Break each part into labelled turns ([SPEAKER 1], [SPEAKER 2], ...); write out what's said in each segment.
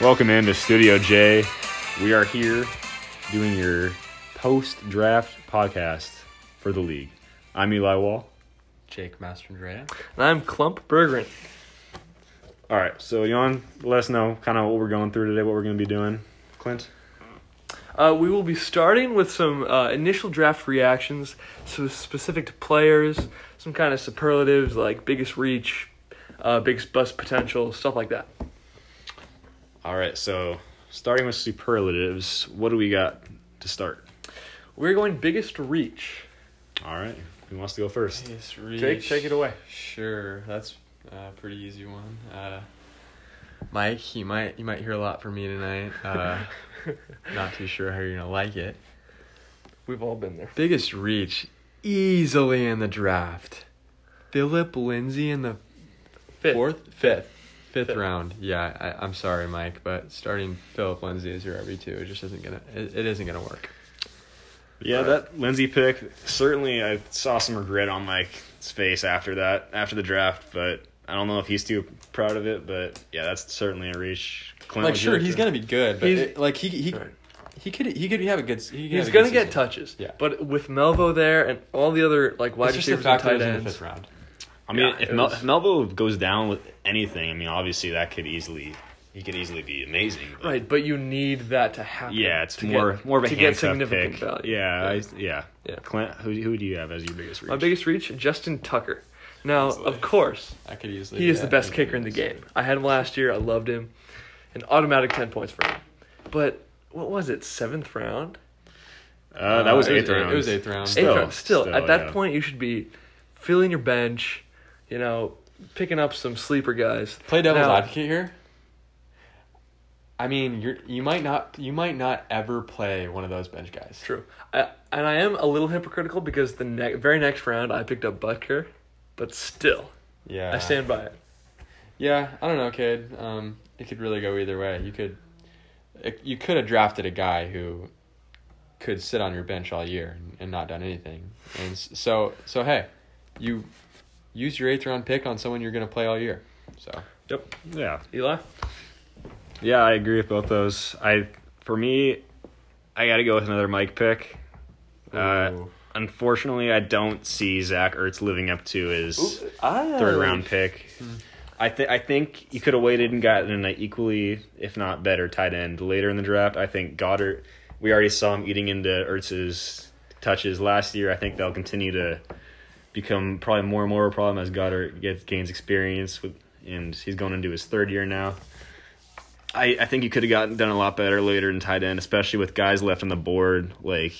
[SPEAKER 1] Welcome into Studio J. We are here doing your post draft podcast for the league. I'm Eli Wall.
[SPEAKER 2] Jake Mastandrea.
[SPEAKER 3] And I'm Clump Bergeron.
[SPEAKER 1] All right, so Yon, let us know kind of what we're going through today, what we're going to be doing. Clint?
[SPEAKER 3] Uh, we will be starting with some uh, initial draft reactions, so specific to players, some kind of superlatives like biggest reach, uh, biggest bust potential, stuff like that.
[SPEAKER 1] All right, so starting with superlatives, what do we got to start?
[SPEAKER 3] We're going biggest reach.
[SPEAKER 1] All right, who wants to go first?
[SPEAKER 3] Jake, take it away.
[SPEAKER 2] Sure, that's a pretty easy one. Uh, Mike, you might you might hear a lot from me tonight. Uh, not too sure how you're gonna like it.
[SPEAKER 3] We've all been there.
[SPEAKER 2] Biggest reach, easily in the draft. Philip Lindsay in the
[SPEAKER 3] Fifth.
[SPEAKER 2] fourth, fifth, fifth,
[SPEAKER 3] Fifth.
[SPEAKER 2] round. Yeah, I, I'm sorry, Mike, but starting Philip Lindsay as your RB two, it just isn't gonna it, it isn't gonna work.
[SPEAKER 1] Yeah, that Lindsay pick, certainly I saw some regret on Mike's face after that, after the draft, but I don't know if he's too proud of it, but yeah, that's certainly a reach. Clint,
[SPEAKER 2] Like,
[SPEAKER 1] what'd you
[SPEAKER 2] sure, he's gonna be good, but
[SPEAKER 3] He's-
[SPEAKER 2] it- like he he.
[SPEAKER 3] Right.
[SPEAKER 2] He could he could have a good. He could
[SPEAKER 3] He's
[SPEAKER 2] have a
[SPEAKER 3] gonna
[SPEAKER 2] good
[SPEAKER 3] get
[SPEAKER 2] season.
[SPEAKER 3] touches.
[SPEAKER 2] Yeah.
[SPEAKER 3] But with Melvo there and all the other like wide receivers and tight ends,
[SPEAKER 2] round.
[SPEAKER 1] I mean,
[SPEAKER 3] Yeah,
[SPEAKER 1] if,
[SPEAKER 3] it
[SPEAKER 1] Mel-
[SPEAKER 3] was-
[SPEAKER 1] if Melville goes down with anything, I mean, obviously that could easily, he could easily be amazing. but-
[SPEAKER 3] right? But you need that to happen.
[SPEAKER 1] Yeah, it's
[SPEAKER 3] to
[SPEAKER 1] more
[SPEAKER 3] get-
[SPEAKER 1] more of a
[SPEAKER 3] to
[SPEAKER 1] handcuff
[SPEAKER 3] get significant
[SPEAKER 1] pick.
[SPEAKER 3] value.
[SPEAKER 1] Yeah, I, yeah,
[SPEAKER 3] Yeah.
[SPEAKER 1] Clint, who who do you have as your biggest reach?
[SPEAKER 3] My biggest reach, Justin Tucker. Now,
[SPEAKER 2] Easily.
[SPEAKER 3] of course,
[SPEAKER 2] I could easily.
[SPEAKER 3] He is the best kicker in the game. I had him last year. I loved him. An automatic 10 points for him. But what was it? Seventh round?
[SPEAKER 1] uh, that was
[SPEAKER 2] it was
[SPEAKER 1] eighth
[SPEAKER 2] eight-
[SPEAKER 1] round.
[SPEAKER 2] it was eighth round.
[SPEAKER 3] Eighth
[SPEAKER 1] Still,
[SPEAKER 3] round. Still, at that
[SPEAKER 1] yeah.
[SPEAKER 3] point, you should be filling your bench, you know, picking up some sleeper guys.
[SPEAKER 2] Play devil's
[SPEAKER 3] Now,
[SPEAKER 2] advocate here. I mean, you're you might not you might not ever play one of those bench guys.
[SPEAKER 3] True. I, and I am a little hypocritical because the ne- very next round, I picked up Butker. But still,
[SPEAKER 2] Yeah.
[SPEAKER 3] I stand by it.
[SPEAKER 2] Yeah, I don't know, kid. Um, it could really go either way. You could, it, you could have drafted a guy who, could sit on your bench all year and, and not done anything. And s- so so hey, you, use your eighth round pick on someone you're gonna play all year. So
[SPEAKER 3] Yep.
[SPEAKER 1] Yeah,
[SPEAKER 3] Eli?
[SPEAKER 1] yeah, I agree with both those. I for me, I got to go with another Mike pick. Uh,
[SPEAKER 2] Ooh.
[SPEAKER 1] unfortunately, I don't see Zach Ertz living up to his.
[SPEAKER 3] I,
[SPEAKER 1] third round pick. I think I think you could have waited and gotten an equally, if not better, tight end later in the draft. I think Goddard. We already saw him eating into Ertz's touches last year. I think they'll continue to become probably more and more of a problem as Goddard gets gains experience with, and he's going into his third year now. I, I think you could have gotten done a lot better later in tight end, especially with guys left on the board. Like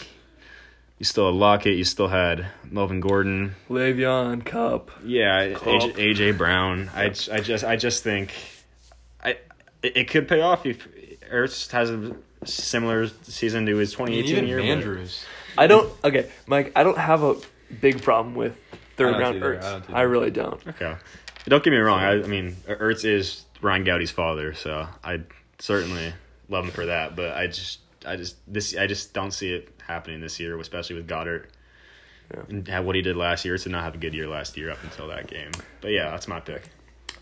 [SPEAKER 1] you still had Lockett, you still had Melvin Gordon.
[SPEAKER 3] Le'Veon Cup.
[SPEAKER 1] Yeah,
[SPEAKER 3] Cobb.
[SPEAKER 1] AJ, AJ Brown. I, j- I just I just think I it, it could pay off if Ertz has a similar season to his
[SPEAKER 2] I
[SPEAKER 1] 2018
[SPEAKER 2] mean,
[SPEAKER 1] year.
[SPEAKER 2] even
[SPEAKER 1] but-
[SPEAKER 2] Andrews.
[SPEAKER 3] I don't. Okay, Mike. I don't have a big problem with
[SPEAKER 2] I
[SPEAKER 3] third
[SPEAKER 2] don't
[SPEAKER 3] round
[SPEAKER 2] either, I
[SPEAKER 3] Ertz.
[SPEAKER 2] don't either.
[SPEAKER 3] I, really don't.
[SPEAKER 1] Okay, don't get me wrong. I, I mean Ertz is Ryan Gowdy's father, so I certainly love him for that. But I just I just this I just don't see it happening this year, especially with Goddard.
[SPEAKER 3] Yeah.
[SPEAKER 1] And how- what he did last year, Ertz did not have a good year last year up until that game. But yeah, that's my pick.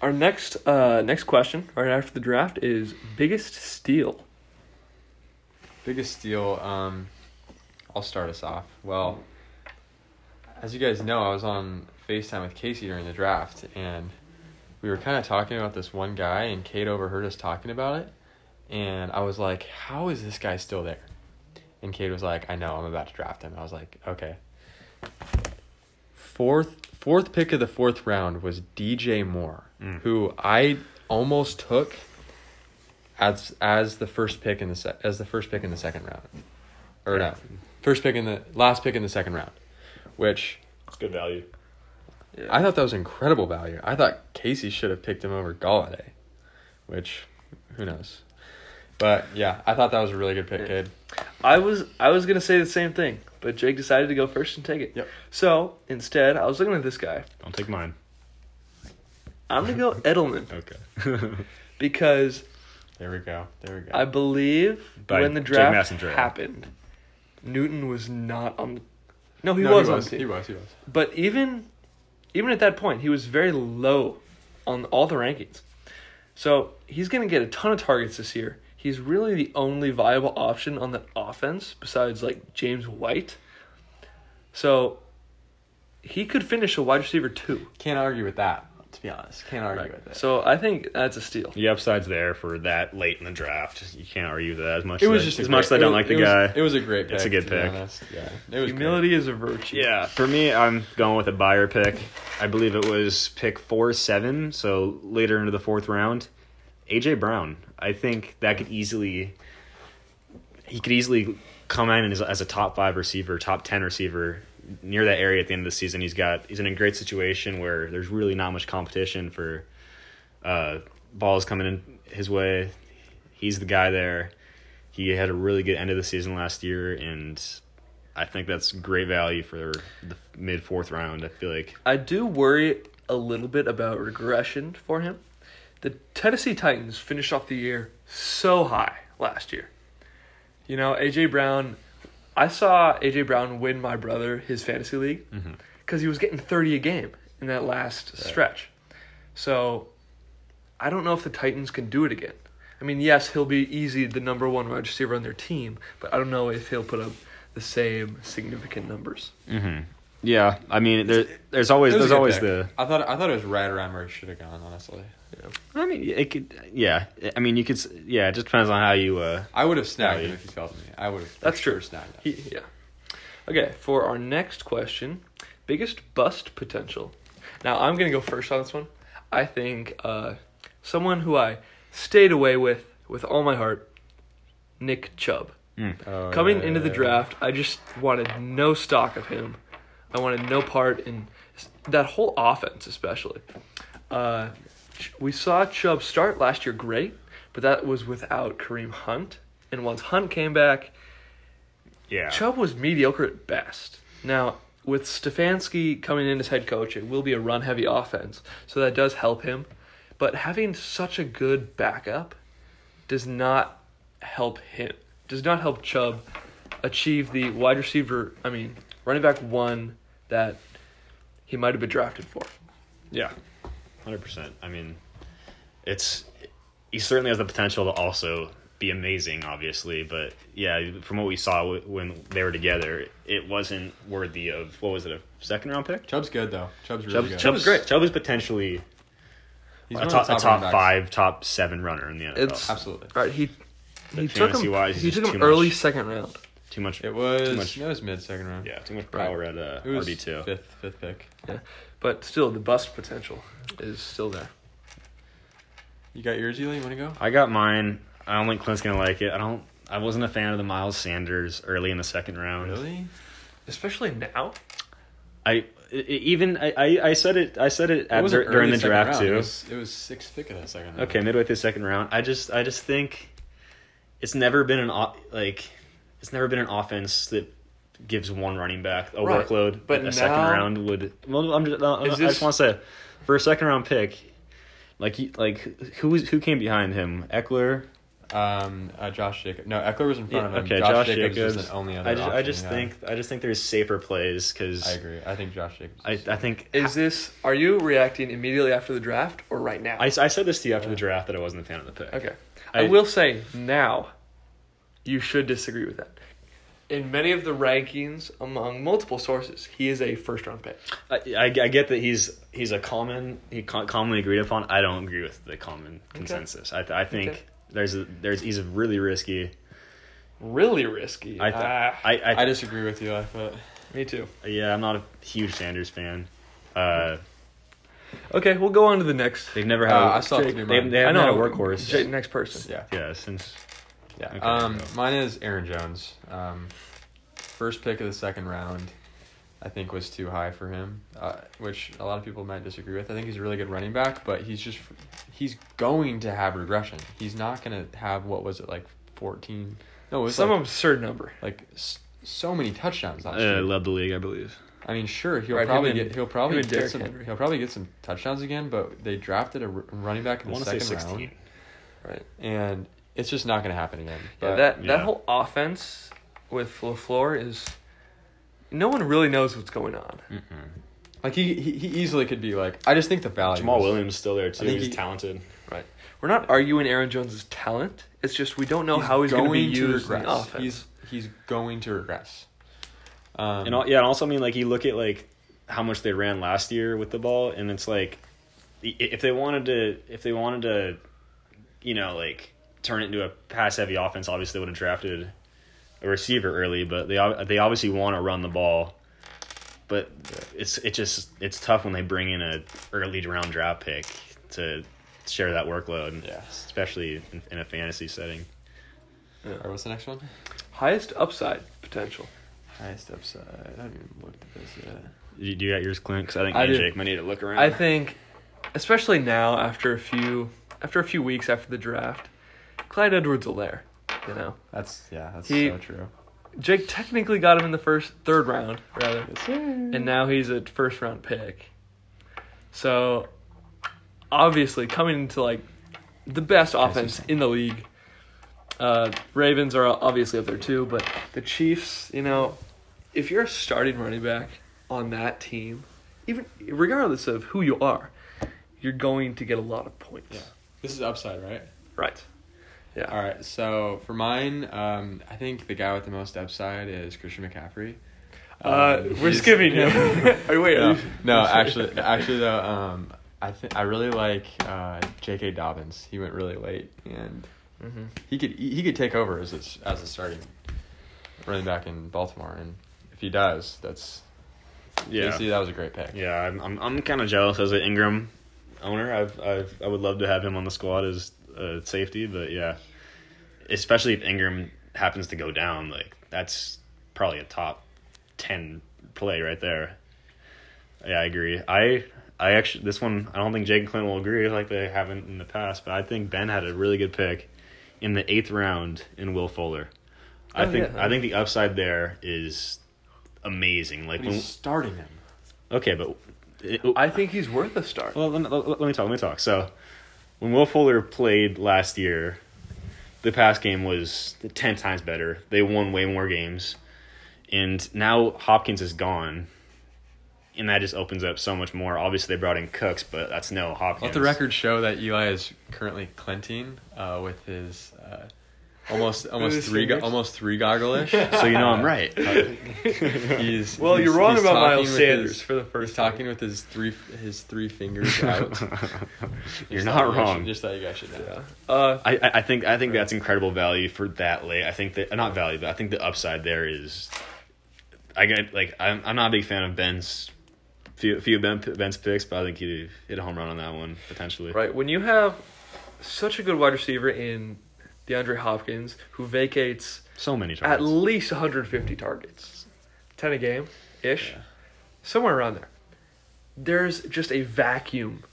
[SPEAKER 3] Our next uh, next question, right after the draft, is biggest steal.
[SPEAKER 2] Biggest steal. Um, I'll start us off. Well, as you guys know, I was on FaceTime with Casey during the draft, and we were kind of talking about this one guy, and Kate overheard us talking about it, and I was like, "How is this guy still there?" And Kate was like, "I know, I'm about to draft him." I was like, "Okay." Fourth, fourth pick of the fourth round was DJ Moore,
[SPEAKER 1] Mm.
[SPEAKER 2] who I almost took as as the first pick in the se- as the first pick in the second round, or no, first pick in the last pick in the second round, which
[SPEAKER 1] It's good value.
[SPEAKER 2] I thought that was incredible value. I thought Casey should have picked him over Galladay, which who knows. But yeah, I thought that was a really good pick, kid.
[SPEAKER 3] I was I was gonna say the same thing, but Jake decided to go first and take it.
[SPEAKER 2] Yep.
[SPEAKER 3] So instead, I was looking at this guy.
[SPEAKER 1] Don't take mine.
[SPEAKER 3] I'm gonna go Edelman
[SPEAKER 1] Okay.
[SPEAKER 3] because
[SPEAKER 2] There we go. There we go.
[SPEAKER 3] I believe
[SPEAKER 1] By
[SPEAKER 3] when the
[SPEAKER 1] Jake
[SPEAKER 3] draft
[SPEAKER 1] Massengill.
[SPEAKER 3] happened, Newton was not on. The, no, he
[SPEAKER 2] No,
[SPEAKER 3] was on the
[SPEAKER 2] was.
[SPEAKER 3] team.
[SPEAKER 2] He was. He was.
[SPEAKER 3] But even even at that point, he was very low on all the rankings. So he's going to get a ton of targets this year. He's really the only viable option on that offense besides like James White. So he could finish a wide receiver too.
[SPEAKER 2] Can't argue with that, to be honest. Can't argue with it.
[SPEAKER 3] So I think that's a steal.
[SPEAKER 1] The upside's there for that late in the draft. You can't argue with that as much.
[SPEAKER 2] it
[SPEAKER 1] as
[SPEAKER 2] was
[SPEAKER 1] I-
[SPEAKER 2] just a
[SPEAKER 1] as much as
[SPEAKER 2] great-
[SPEAKER 1] I don't
[SPEAKER 2] it
[SPEAKER 1] like
[SPEAKER 2] was-
[SPEAKER 1] the
[SPEAKER 2] it was-
[SPEAKER 1] guy.
[SPEAKER 2] It was a great pick.
[SPEAKER 1] It's a good
[SPEAKER 2] to be
[SPEAKER 1] pick.
[SPEAKER 2] honest. Yeah, it was
[SPEAKER 3] Humility is a virtue.
[SPEAKER 1] Yeah, for me, I'm going with a buyer pick. I believe it was pick four seven, so later into the fourth round. AJ Brown, I think that could easily, he could easily come in as, as a top five receiver, top ten receiver near that area at the end of the season. He's got he's in a great situation where there's really not much competition for uh, balls coming in his way. He's the guy there. He had a really good end of the season last year, and I think that's great value for the mid fourth round. I feel like
[SPEAKER 3] I do worry a little bit about regression for him. The Tennessee Titans finished off the year so high last year. You know, AJ Brown, I saw AJ Brown win my brother his fantasy league because he was getting 30 a game in that last stretch. So I don't know if the Titans can do it again. I mean, yes, he'll be easy the number one wide receiver on their team, but I don't know if he'll put up the same significant numbers.
[SPEAKER 1] Mm-hmm. yeah. I mean, there, there's always
[SPEAKER 2] It was
[SPEAKER 1] there's
[SPEAKER 2] a good
[SPEAKER 1] always
[SPEAKER 2] pick.
[SPEAKER 1] the
[SPEAKER 2] I thought I thought it was right around where it should have gone. Honestly,
[SPEAKER 1] I mean it could yeah I mean you could s- yeah it just depends on how you uh
[SPEAKER 2] I would have snagged
[SPEAKER 1] Yeah,
[SPEAKER 2] him
[SPEAKER 1] you-
[SPEAKER 2] if he fell to me. I would have.
[SPEAKER 3] That's true.
[SPEAKER 2] Snagged him.
[SPEAKER 3] He, yeah. Okay, for our next question, biggest bust potential. Now I'm gonna go first on this one. I think uh, someone who I stayed away with with all my heart, Nick Chubb.
[SPEAKER 2] Oh,
[SPEAKER 3] Coming
[SPEAKER 2] yeah,
[SPEAKER 3] into the
[SPEAKER 2] yeah, yeah.
[SPEAKER 3] draft, I just wanted no stock of him. I wanted no part in s- that whole offense, especially. Uh, Ch- we saw Chubb start last year great, but that was without Kareem Hunt. And once Hunt came back,
[SPEAKER 1] yeah
[SPEAKER 3] Chubb was mediocre at best. Now, with Stefanski coming in as head coach, it will be a run heavy offense, so that does help him. But having such a good backup does not help him, does not help Chubb achieve the wide receiver, I mean, running back one that he might have been drafted for.
[SPEAKER 1] yeah hundred percent I mean it's he certainly has the potential to also be amazing obviously but yeah from what we saw w- when they were together it wasn't worthy of what was it a second round pick
[SPEAKER 2] Chubb's good though. Chubb's really
[SPEAKER 1] Chubb,
[SPEAKER 2] good.
[SPEAKER 1] Chubb's great Chubb is potentially
[SPEAKER 2] He's
[SPEAKER 1] a
[SPEAKER 2] one of
[SPEAKER 1] top,
[SPEAKER 2] the
[SPEAKER 1] a
[SPEAKER 2] running
[SPEAKER 1] top
[SPEAKER 2] backs.
[SPEAKER 1] five top seven runner in the NFL
[SPEAKER 3] It's
[SPEAKER 2] Absolutely.
[SPEAKER 3] All right, he he
[SPEAKER 1] But
[SPEAKER 3] took him
[SPEAKER 1] fantasy-wise,
[SPEAKER 3] he
[SPEAKER 1] it's
[SPEAKER 3] took
[SPEAKER 1] just
[SPEAKER 3] him
[SPEAKER 1] too
[SPEAKER 3] early
[SPEAKER 1] much.
[SPEAKER 3] second round.
[SPEAKER 1] too much
[SPEAKER 2] It was.
[SPEAKER 1] too much
[SPEAKER 2] no, It was mid second round.
[SPEAKER 1] Yeah, too much power at uh,
[SPEAKER 2] It was
[SPEAKER 1] RB two.
[SPEAKER 2] fifth fifth pick.
[SPEAKER 3] Yeah. But still the bust potential is still there.
[SPEAKER 2] You got yours, Eli. You want to go?
[SPEAKER 1] I got mine. I don't think Clint's gonna like it. I don't. I wasn't a fan of the Miles Sanders early in the second round.
[SPEAKER 2] Really?
[SPEAKER 3] Especially now.
[SPEAKER 1] I i- i- even I, I, I said it. I said it,
[SPEAKER 2] It
[SPEAKER 1] at,
[SPEAKER 2] wasn't
[SPEAKER 1] dur- during
[SPEAKER 2] early
[SPEAKER 1] the
[SPEAKER 2] second
[SPEAKER 1] draft
[SPEAKER 2] round. It
[SPEAKER 1] too.
[SPEAKER 2] was, it was sixth pick of the second round.
[SPEAKER 1] Okay, midway through the second round. I just I just think it's never been an o- like it's never been an offense that gives one running back a
[SPEAKER 3] Right.
[SPEAKER 1] workload.
[SPEAKER 3] But
[SPEAKER 1] a second
[SPEAKER 3] now-
[SPEAKER 1] round would. Well, I'm just, no, no,
[SPEAKER 3] Is
[SPEAKER 1] I
[SPEAKER 3] this-
[SPEAKER 1] just want to say for a second round pick, like you- like who was who came behind him? Eckler,
[SPEAKER 2] Um, uh, Josh Jacobs. No, Eckler was in front of him.
[SPEAKER 1] okay,
[SPEAKER 2] Josh,
[SPEAKER 1] Josh,
[SPEAKER 2] Jacobs,
[SPEAKER 1] Jacobs.
[SPEAKER 2] was the only other.
[SPEAKER 1] I just, I
[SPEAKER 2] option,
[SPEAKER 1] just
[SPEAKER 2] yeah.
[SPEAKER 1] think I just think there's safer plays because
[SPEAKER 2] I agree. I think Josh Jacobs.
[SPEAKER 1] I, I think
[SPEAKER 3] Is this are you reacting immediately after the draft or right now?
[SPEAKER 1] I, I said this to you after the draft that I wasn't a fan of the pick.
[SPEAKER 3] okay. I,
[SPEAKER 1] I-
[SPEAKER 3] will say now you should disagree with that. In many of the rankings among multiple sources, he is a first round pick.
[SPEAKER 1] I, I, I get that he's he's a common he co- commonly agreed upon. I don't agree with the common consensus. I th- I think
[SPEAKER 3] Okay.
[SPEAKER 1] there's a, there's he's really risky.
[SPEAKER 3] Really risky.
[SPEAKER 1] I th-
[SPEAKER 3] Ah,
[SPEAKER 1] I I,
[SPEAKER 2] I disagree with you, but
[SPEAKER 3] me too.
[SPEAKER 1] yeah I'm not a huge Sanders fan. Uh,
[SPEAKER 3] Okay, we'll go on to the next
[SPEAKER 1] they've never had.
[SPEAKER 2] Uh,
[SPEAKER 1] a-
[SPEAKER 2] I still have to do
[SPEAKER 1] they,
[SPEAKER 2] mine.
[SPEAKER 1] they haven't
[SPEAKER 3] I
[SPEAKER 1] had a
[SPEAKER 3] know
[SPEAKER 1] workhorse.
[SPEAKER 3] J- next person.
[SPEAKER 2] yeah,
[SPEAKER 1] yeah, since
[SPEAKER 2] yeah.
[SPEAKER 1] Okay,
[SPEAKER 2] um,
[SPEAKER 1] so-
[SPEAKER 2] mine is Aaron Jones. Um, first pick of the second round, I think was too high for him, uh, which a lot of people might disagree with. I think he's a really good running back, but he's just he's going to have regression. He's not gonna have what was it like fourteen? No, it was
[SPEAKER 3] Some
[SPEAKER 2] like,
[SPEAKER 3] absurd number.
[SPEAKER 2] like s- so many touchdowns last
[SPEAKER 1] uh,
[SPEAKER 2] year.
[SPEAKER 1] led the league, I believe.
[SPEAKER 2] I mean, sure, he'll
[SPEAKER 3] Right, him
[SPEAKER 2] probably
[SPEAKER 3] and-
[SPEAKER 2] get he'll probably
[SPEAKER 3] him and
[SPEAKER 2] get
[SPEAKER 3] Derrick
[SPEAKER 2] some
[SPEAKER 3] Henry.
[SPEAKER 2] he'll probably get some touchdowns again, but they drafted a r- running back
[SPEAKER 1] I
[SPEAKER 2] in the
[SPEAKER 1] want to say
[SPEAKER 2] second
[SPEAKER 1] 16.
[SPEAKER 2] round,
[SPEAKER 3] Right.
[SPEAKER 2] and it's just not going to happen again.
[SPEAKER 3] Yeah,
[SPEAKER 2] But
[SPEAKER 3] that that
[SPEAKER 1] yeah.
[SPEAKER 3] whole offense with LaFleur is no one really knows what's going on.
[SPEAKER 2] Like he, he he easily could be like. I just think the value.
[SPEAKER 1] Jamal
[SPEAKER 2] was-
[SPEAKER 1] Williams is still there too.
[SPEAKER 2] think
[SPEAKER 1] He's
[SPEAKER 2] he-
[SPEAKER 1] talented.
[SPEAKER 3] Right. We're not arguing Aaron Jones' talent. It's just we don't know how he's going to be used in the offense.
[SPEAKER 2] He's he's going to regress. Um,
[SPEAKER 1] And all, yeah, and also I mean like you look at like how much they ran last year with the ball, and it's like i- if they wanted to, if they wanted to, you know, like turn it into a pass heavy offense, obviously they would have drafted a receiver early, but they ob- they obviously want to run the ball. But it's it just it's tough when they bring in a early round draft pick to share that workload,
[SPEAKER 2] Yeah.
[SPEAKER 1] especially in, in a fantasy setting.
[SPEAKER 2] Or what's the next one?
[SPEAKER 3] Highest upside potential.
[SPEAKER 2] Highest upside. I haven't even looked at this yet.
[SPEAKER 1] You, do you got yours, Clint? Because I think
[SPEAKER 3] I
[SPEAKER 1] me and
[SPEAKER 3] do.
[SPEAKER 1] Jake might need to look around.
[SPEAKER 3] I think, especially now after a few after a few weeks after the draft, Clyde Edwards-Helaire. You know,
[SPEAKER 2] That's yeah. That's
[SPEAKER 3] He-
[SPEAKER 2] so true.
[SPEAKER 3] Jake technically got him in the first third round rather, and now he's a first round pick. So, obviously, coming into like the best offense in the league. Uh, Ravens are obviously up there too, but the Chiefs, you know, if you're a starting running back on that team, even regardless of who you are, you're going to get a lot of points.
[SPEAKER 2] Yeah. This is upside, right?
[SPEAKER 3] Right. Yeah.
[SPEAKER 2] All right. So for mine, um, I think the guy with the most upside is Christian McCaffrey.
[SPEAKER 3] Uh,
[SPEAKER 2] Um,
[SPEAKER 3] we're
[SPEAKER 2] he's-
[SPEAKER 3] skipping him. Are you- wait, are
[SPEAKER 2] no,
[SPEAKER 3] you-
[SPEAKER 2] no, actually, actually though, um, I think I really like uh, J.K. Dobbins. He went really late, and
[SPEAKER 3] Mhm.
[SPEAKER 2] he could he he could take over as a, as a starting running back in Baltimore, and if he does, that's
[SPEAKER 1] yeah.
[SPEAKER 2] basically that was a great pick.
[SPEAKER 1] Yeah, I'm I'm, I'm kind of jealous as an Ingram owner. I've I've I would love to have him on the squad as uh, safety, but yeah, especially if Ingram happens to go down, like that's probably a top ten play right there. Yeah, I agree. I I actually this one I don't think Jake and Clint will agree like they haven't in the past, but I think Ben had a really good pick in the eighth round in Will Fuller. I
[SPEAKER 3] Oh,
[SPEAKER 1] think
[SPEAKER 3] yeah.
[SPEAKER 1] I think the upside there is amazing. Like
[SPEAKER 2] But
[SPEAKER 1] when,
[SPEAKER 2] he's starting him.
[SPEAKER 1] okay, but it,
[SPEAKER 3] I think he's worth a start.
[SPEAKER 1] well, let me, let, let me talk. Let me talk. So, when Will Fuller played last year, the pass game was ten times better. They won way more games, and now Hopkins is gone, and that just opens up so much more. Obviously, they brought in Cooks, but that's no Hopkins.
[SPEAKER 2] Let the record show that Eli is currently clinting uh, with his uh, almost almost
[SPEAKER 3] his
[SPEAKER 2] three go-
[SPEAKER 3] fingers?
[SPEAKER 2] almost three goggle-ish.
[SPEAKER 1] So you know I'm right.
[SPEAKER 2] He's
[SPEAKER 3] Well,
[SPEAKER 2] he's-
[SPEAKER 3] you're wrong
[SPEAKER 2] he's
[SPEAKER 3] about
[SPEAKER 2] talking
[SPEAKER 3] Miles
[SPEAKER 2] with
[SPEAKER 3] Sanders
[SPEAKER 2] his-
[SPEAKER 3] for the first
[SPEAKER 2] He's talking with his three his three fingers out.
[SPEAKER 1] You're not
[SPEAKER 2] Just thought you guys should-
[SPEAKER 1] wrong.
[SPEAKER 2] just thought you guys should know.
[SPEAKER 3] Yeah. Uh,
[SPEAKER 1] I, I- I think I think that's incredible value for that late. I think that not value, but I think the upside there is. I get like I'm I'm not a big fan of Ben's few few Ben Ben's picks, but I think he hit a home run on that one potentially.
[SPEAKER 3] Right. When you have such a good wide receiver in DeAndre Hopkins, who vacates
[SPEAKER 1] So many
[SPEAKER 3] at
[SPEAKER 1] times.
[SPEAKER 3] least 150 targets, 10 a game ish, somewhere around there, there's just a vacuum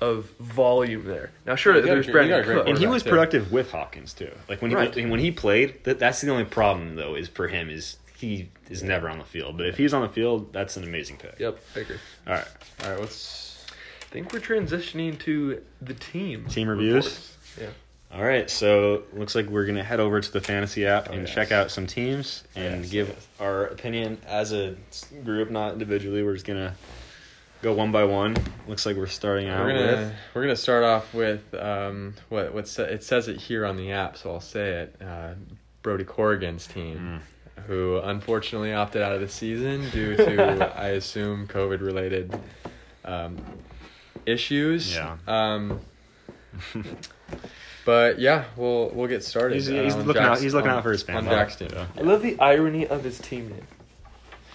[SPEAKER 3] of volume there. Now, sure,
[SPEAKER 2] You got a great-
[SPEAKER 3] there's
[SPEAKER 2] you
[SPEAKER 3] Brandon
[SPEAKER 2] got a great
[SPEAKER 3] Cook.
[SPEAKER 1] and he
[SPEAKER 2] quarterback,
[SPEAKER 1] was
[SPEAKER 2] too.
[SPEAKER 1] productive with Hopkins too. Like when he
[SPEAKER 3] Right.
[SPEAKER 1] when he played, that that's the only problem though is for him is he is never on the field. But if he's on the field, that's an amazing pick.
[SPEAKER 3] Yep, I agree.
[SPEAKER 1] All right.
[SPEAKER 2] All right, what's
[SPEAKER 3] I think we're transitioning to the team.
[SPEAKER 1] Team reviews?
[SPEAKER 3] reports. Yeah.
[SPEAKER 1] All right, so looks like we're gonna head over to the fantasy app
[SPEAKER 2] Oh,
[SPEAKER 1] and
[SPEAKER 2] yes.
[SPEAKER 1] check out some teams and
[SPEAKER 2] yes,
[SPEAKER 1] give
[SPEAKER 2] yes.
[SPEAKER 1] our opinion as a s- group, not individually. We're just gonna go one by one. Looks like we're starting out
[SPEAKER 2] we're gonna
[SPEAKER 1] with
[SPEAKER 2] we're gonna start off with um what what's it says it here on the app, so I'll say it. Uh, Brody Corrigan's team,
[SPEAKER 1] Hmm.
[SPEAKER 2] who unfortunately opted out of the season due to I assume COVID related um, issues.
[SPEAKER 1] Yeah.
[SPEAKER 2] Um, but yeah, we'll we'll get started.
[SPEAKER 1] He's-
[SPEAKER 2] uh,
[SPEAKER 1] he's
[SPEAKER 2] on
[SPEAKER 1] looking out-
[SPEAKER 2] Jack's-
[SPEAKER 1] he's looking
[SPEAKER 2] on-
[SPEAKER 1] out for his
[SPEAKER 2] on
[SPEAKER 1] family.
[SPEAKER 2] Jack's team.
[SPEAKER 1] Yeah.
[SPEAKER 3] I love the irony of his team name.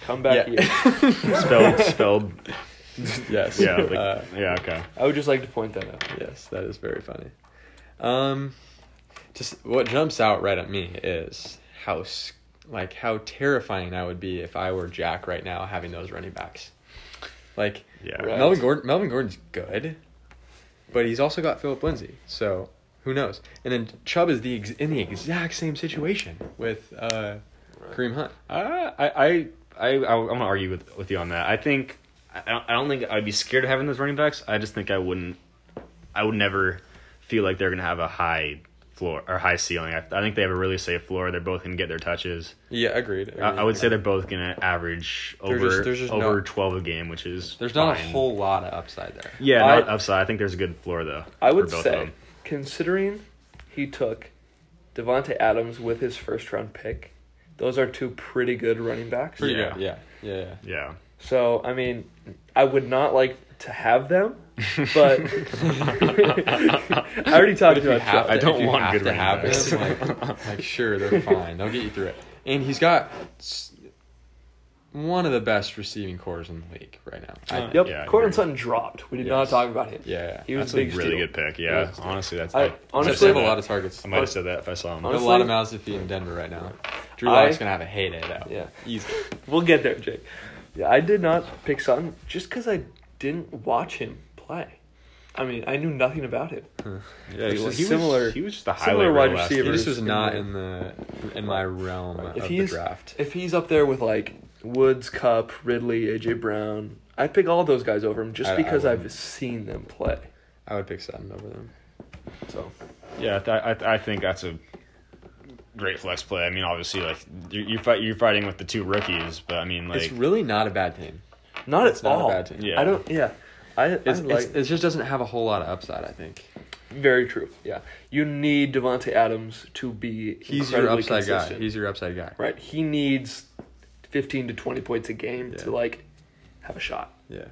[SPEAKER 3] Come back
[SPEAKER 2] Yeah.
[SPEAKER 3] here.
[SPEAKER 1] spelled spelled.
[SPEAKER 2] Yes.
[SPEAKER 1] Yeah, like,
[SPEAKER 2] Uh,
[SPEAKER 1] yeah, okay.
[SPEAKER 3] I would just like to point that out.
[SPEAKER 2] Yes, that is very funny. Um, just what jumps out right at me is how s- like how terrifying I would be if I were Jack right now having those running backs. Like
[SPEAKER 1] Yeah.
[SPEAKER 3] Right.
[SPEAKER 2] Melvin Gordon, Melvin Gordon's good, but he's also got Philip Lindsay, so who knows? And then Chubb is the ex- in the exact same situation with uh, Kareem Hunt.
[SPEAKER 1] Uh, I, I, I, I'm gonna argue with, with you on that. I think I I don't, I don't think I'd be scared of having those running backs. I just think I wouldn't. I would never feel like they're gonna have a high floor or high ceiling. I, I think they have a really safe floor. They're both gonna get their touches.
[SPEAKER 2] Yeah, agreed. agreed
[SPEAKER 1] I, I would say
[SPEAKER 2] agreed.
[SPEAKER 1] they're both gonna average
[SPEAKER 2] There's
[SPEAKER 1] over
[SPEAKER 2] just- there's just
[SPEAKER 1] over
[SPEAKER 2] no-
[SPEAKER 1] twelve a game, which is
[SPEAKER 2] there's not
[SPEAKER 1] fine.
[SPEAKER 2] a whole lot of upside there.
[SPEAKER 1] yeah
[SPEAKER 3] I-
[SPEAKER 1] not upside. I think there's a good floor though.
[SPEAKER 3] I would
[SPEAKER 1] for both of
[SPEAKER 3] say,
[SPEAKER 1] them.
[SPEAKER 3] considering he took Devonte Adams with his first round pick, those are two pretty good running backs.
[SPEAKER 2] Pretty
[SPEAKER 1] Yeah.
[SPEAKER 2] good. Yeah, yeah, yeah.
[SPEAKER 1] yeah.
[SPEAKER 3] So I mean, I would not like to have them, but I already
[SPEAKER 2] But
[SPEAKER 3] talked
[SPEAKER 2] if you
[SPEAKER 3] about
[SPEAKER 2] have
[SPEAKER 3] Chubb.
[SPEAKER 2] to,
[SPEAKER 1] I don't
[SPEAKER 2] if you
[SPEAKER 1] want
[SPEAKER 2] have
[SPEAKER 1] good
[SPEAKER 2] to
[SPEAKER 1] running
[SPEAKER 2] have
[SPEAKER 1] backs.
[SPEAKER 2] them, like, like sure they're fine. They'll get you through it. And he's got s- one of the best receiving cores in the league right now. I
[SPEAKER 3] Uh,
[SPEAKER 2] think.
[SPEAKER 3] yep,
[SPEAKER 1] yeah, I
[SPEAKER 3] Cortland
[SPEAKER 1] agree.
[SPEAKER 3] Sutton dropped. We did
[SPEAKER 2] Yes.
[SPEAKER 3] not talk about him.
[SPEAKER 2] Yeah.
[SPEAKER 3] He was
[SPEAKER 1] That's
[SPEAKER 3] a
[SPEAKER 1] a
[SPEAKER 3] big
[SPEAKER 1] really
[SPEAKER 3] steal.
[SPEAKER 1] good pick.
[SPEAKER 2] Yeah,
[SPEAKER 1] Yeah,
[SPEAKER 2] it's-
[SPEAKER 1] honestly, that's.
[SPEAKER 3] I-
[SPEAKER 1] I,
[SPEAKER 3] honestly-
[SPEAKER 2] they
[SPEAKER 1] I,
[SPEAKER 2] have a lot of targets.
[SPEAKER 1] I might have said that if I saw him.
[SPEAKER 2] They have a
[SPEAKER 3] honestly-
[SPEAKER 2] lot of mouths to feed in Denver right now. Drew
[SPEAKER 3] I-
[SPEAKER 2] Locke's gonna have a heyday though.
[SPEAKER 3] Yeah.
[SPEAKER 2] easy.
[SPEAKER 3] We'll get there, Jake. Yeah, I did not pick Sutton just because I didn't watch him play. I mean, I knew nothing about him.
[SPEAKER 1] Yeah,
[SPEAKER 3] Which
[SPEAKER 1] he,
[SPEAKER 3] is
[SPEAKER 1] was
[SPEAKER 3] similar-
[SPEAKER 1] similar. He was just a
[SPEAKER 3] similar
[SPEAKER 1] highlight
[SPEAKER 3] wide
[SPEAKER 1] wide last
[SPEAKER 3] receiver.
[SPEAKER 2] He
[SPEAKER 1] year.
[SPEAKER 2] just was not in the in my realm
[SPEAKER 3] If
[SPEAKER 2] of the
[SPEAKER 3] he's-
[SPEAKER 2] draft.
[SPEAKER 3] If he's up there with like Woods, Cup, Ridley, AJ Brown, I'd pick all those guys over him just
[SPEAKER 2] I- I
[SPEAKER 3] because I've
[SPEAKER 2] wouldn't.
[SPEAKER 3] seen them play.
[SPEAKER 2] I would pick Sutton over them.
[SPEAKER 3] So
[SPEAKER 1] Yeah, th- I th- I think that's a great flex play. I mean, obviously, like you're you're, fight, you're fighting with the two rookies, but I mean, like
[SPEAKER 2] it's really not a bad team.
[SPEAKER 3] not
[SPEAKER 2] It's
[SPEAKER 3] at
[SPEAKER 2] not a
[SPEAKER 3] all.
[SPEAKER 2] bad team.
[SPEAKER 1] Yeah.
[SPEAKER 3] I don't. Yeah, I, I
[SPEAKER 2] It's,
[SPEAKER 3] like
[SPEAKER 2] it's, it just doesn't have a whole lot of upside. I think
[SPEAKER 3] very true. Yeah, you need Devonte Adams to be
[SPEAKER 2] he's your
[SPEAKER 3] incredibly
[SPEAKER 2] upside guy.
[SPEAKER 3] consistent.
[SPEAKER 2] He's your upside guy.
[SPEAKER 3] right. He needs fifteen to twenty points a game
[SPEAKER 2] Yeah.
[SPEAKER 3] to like have a shot.
[SPEAKER 2] Yeah.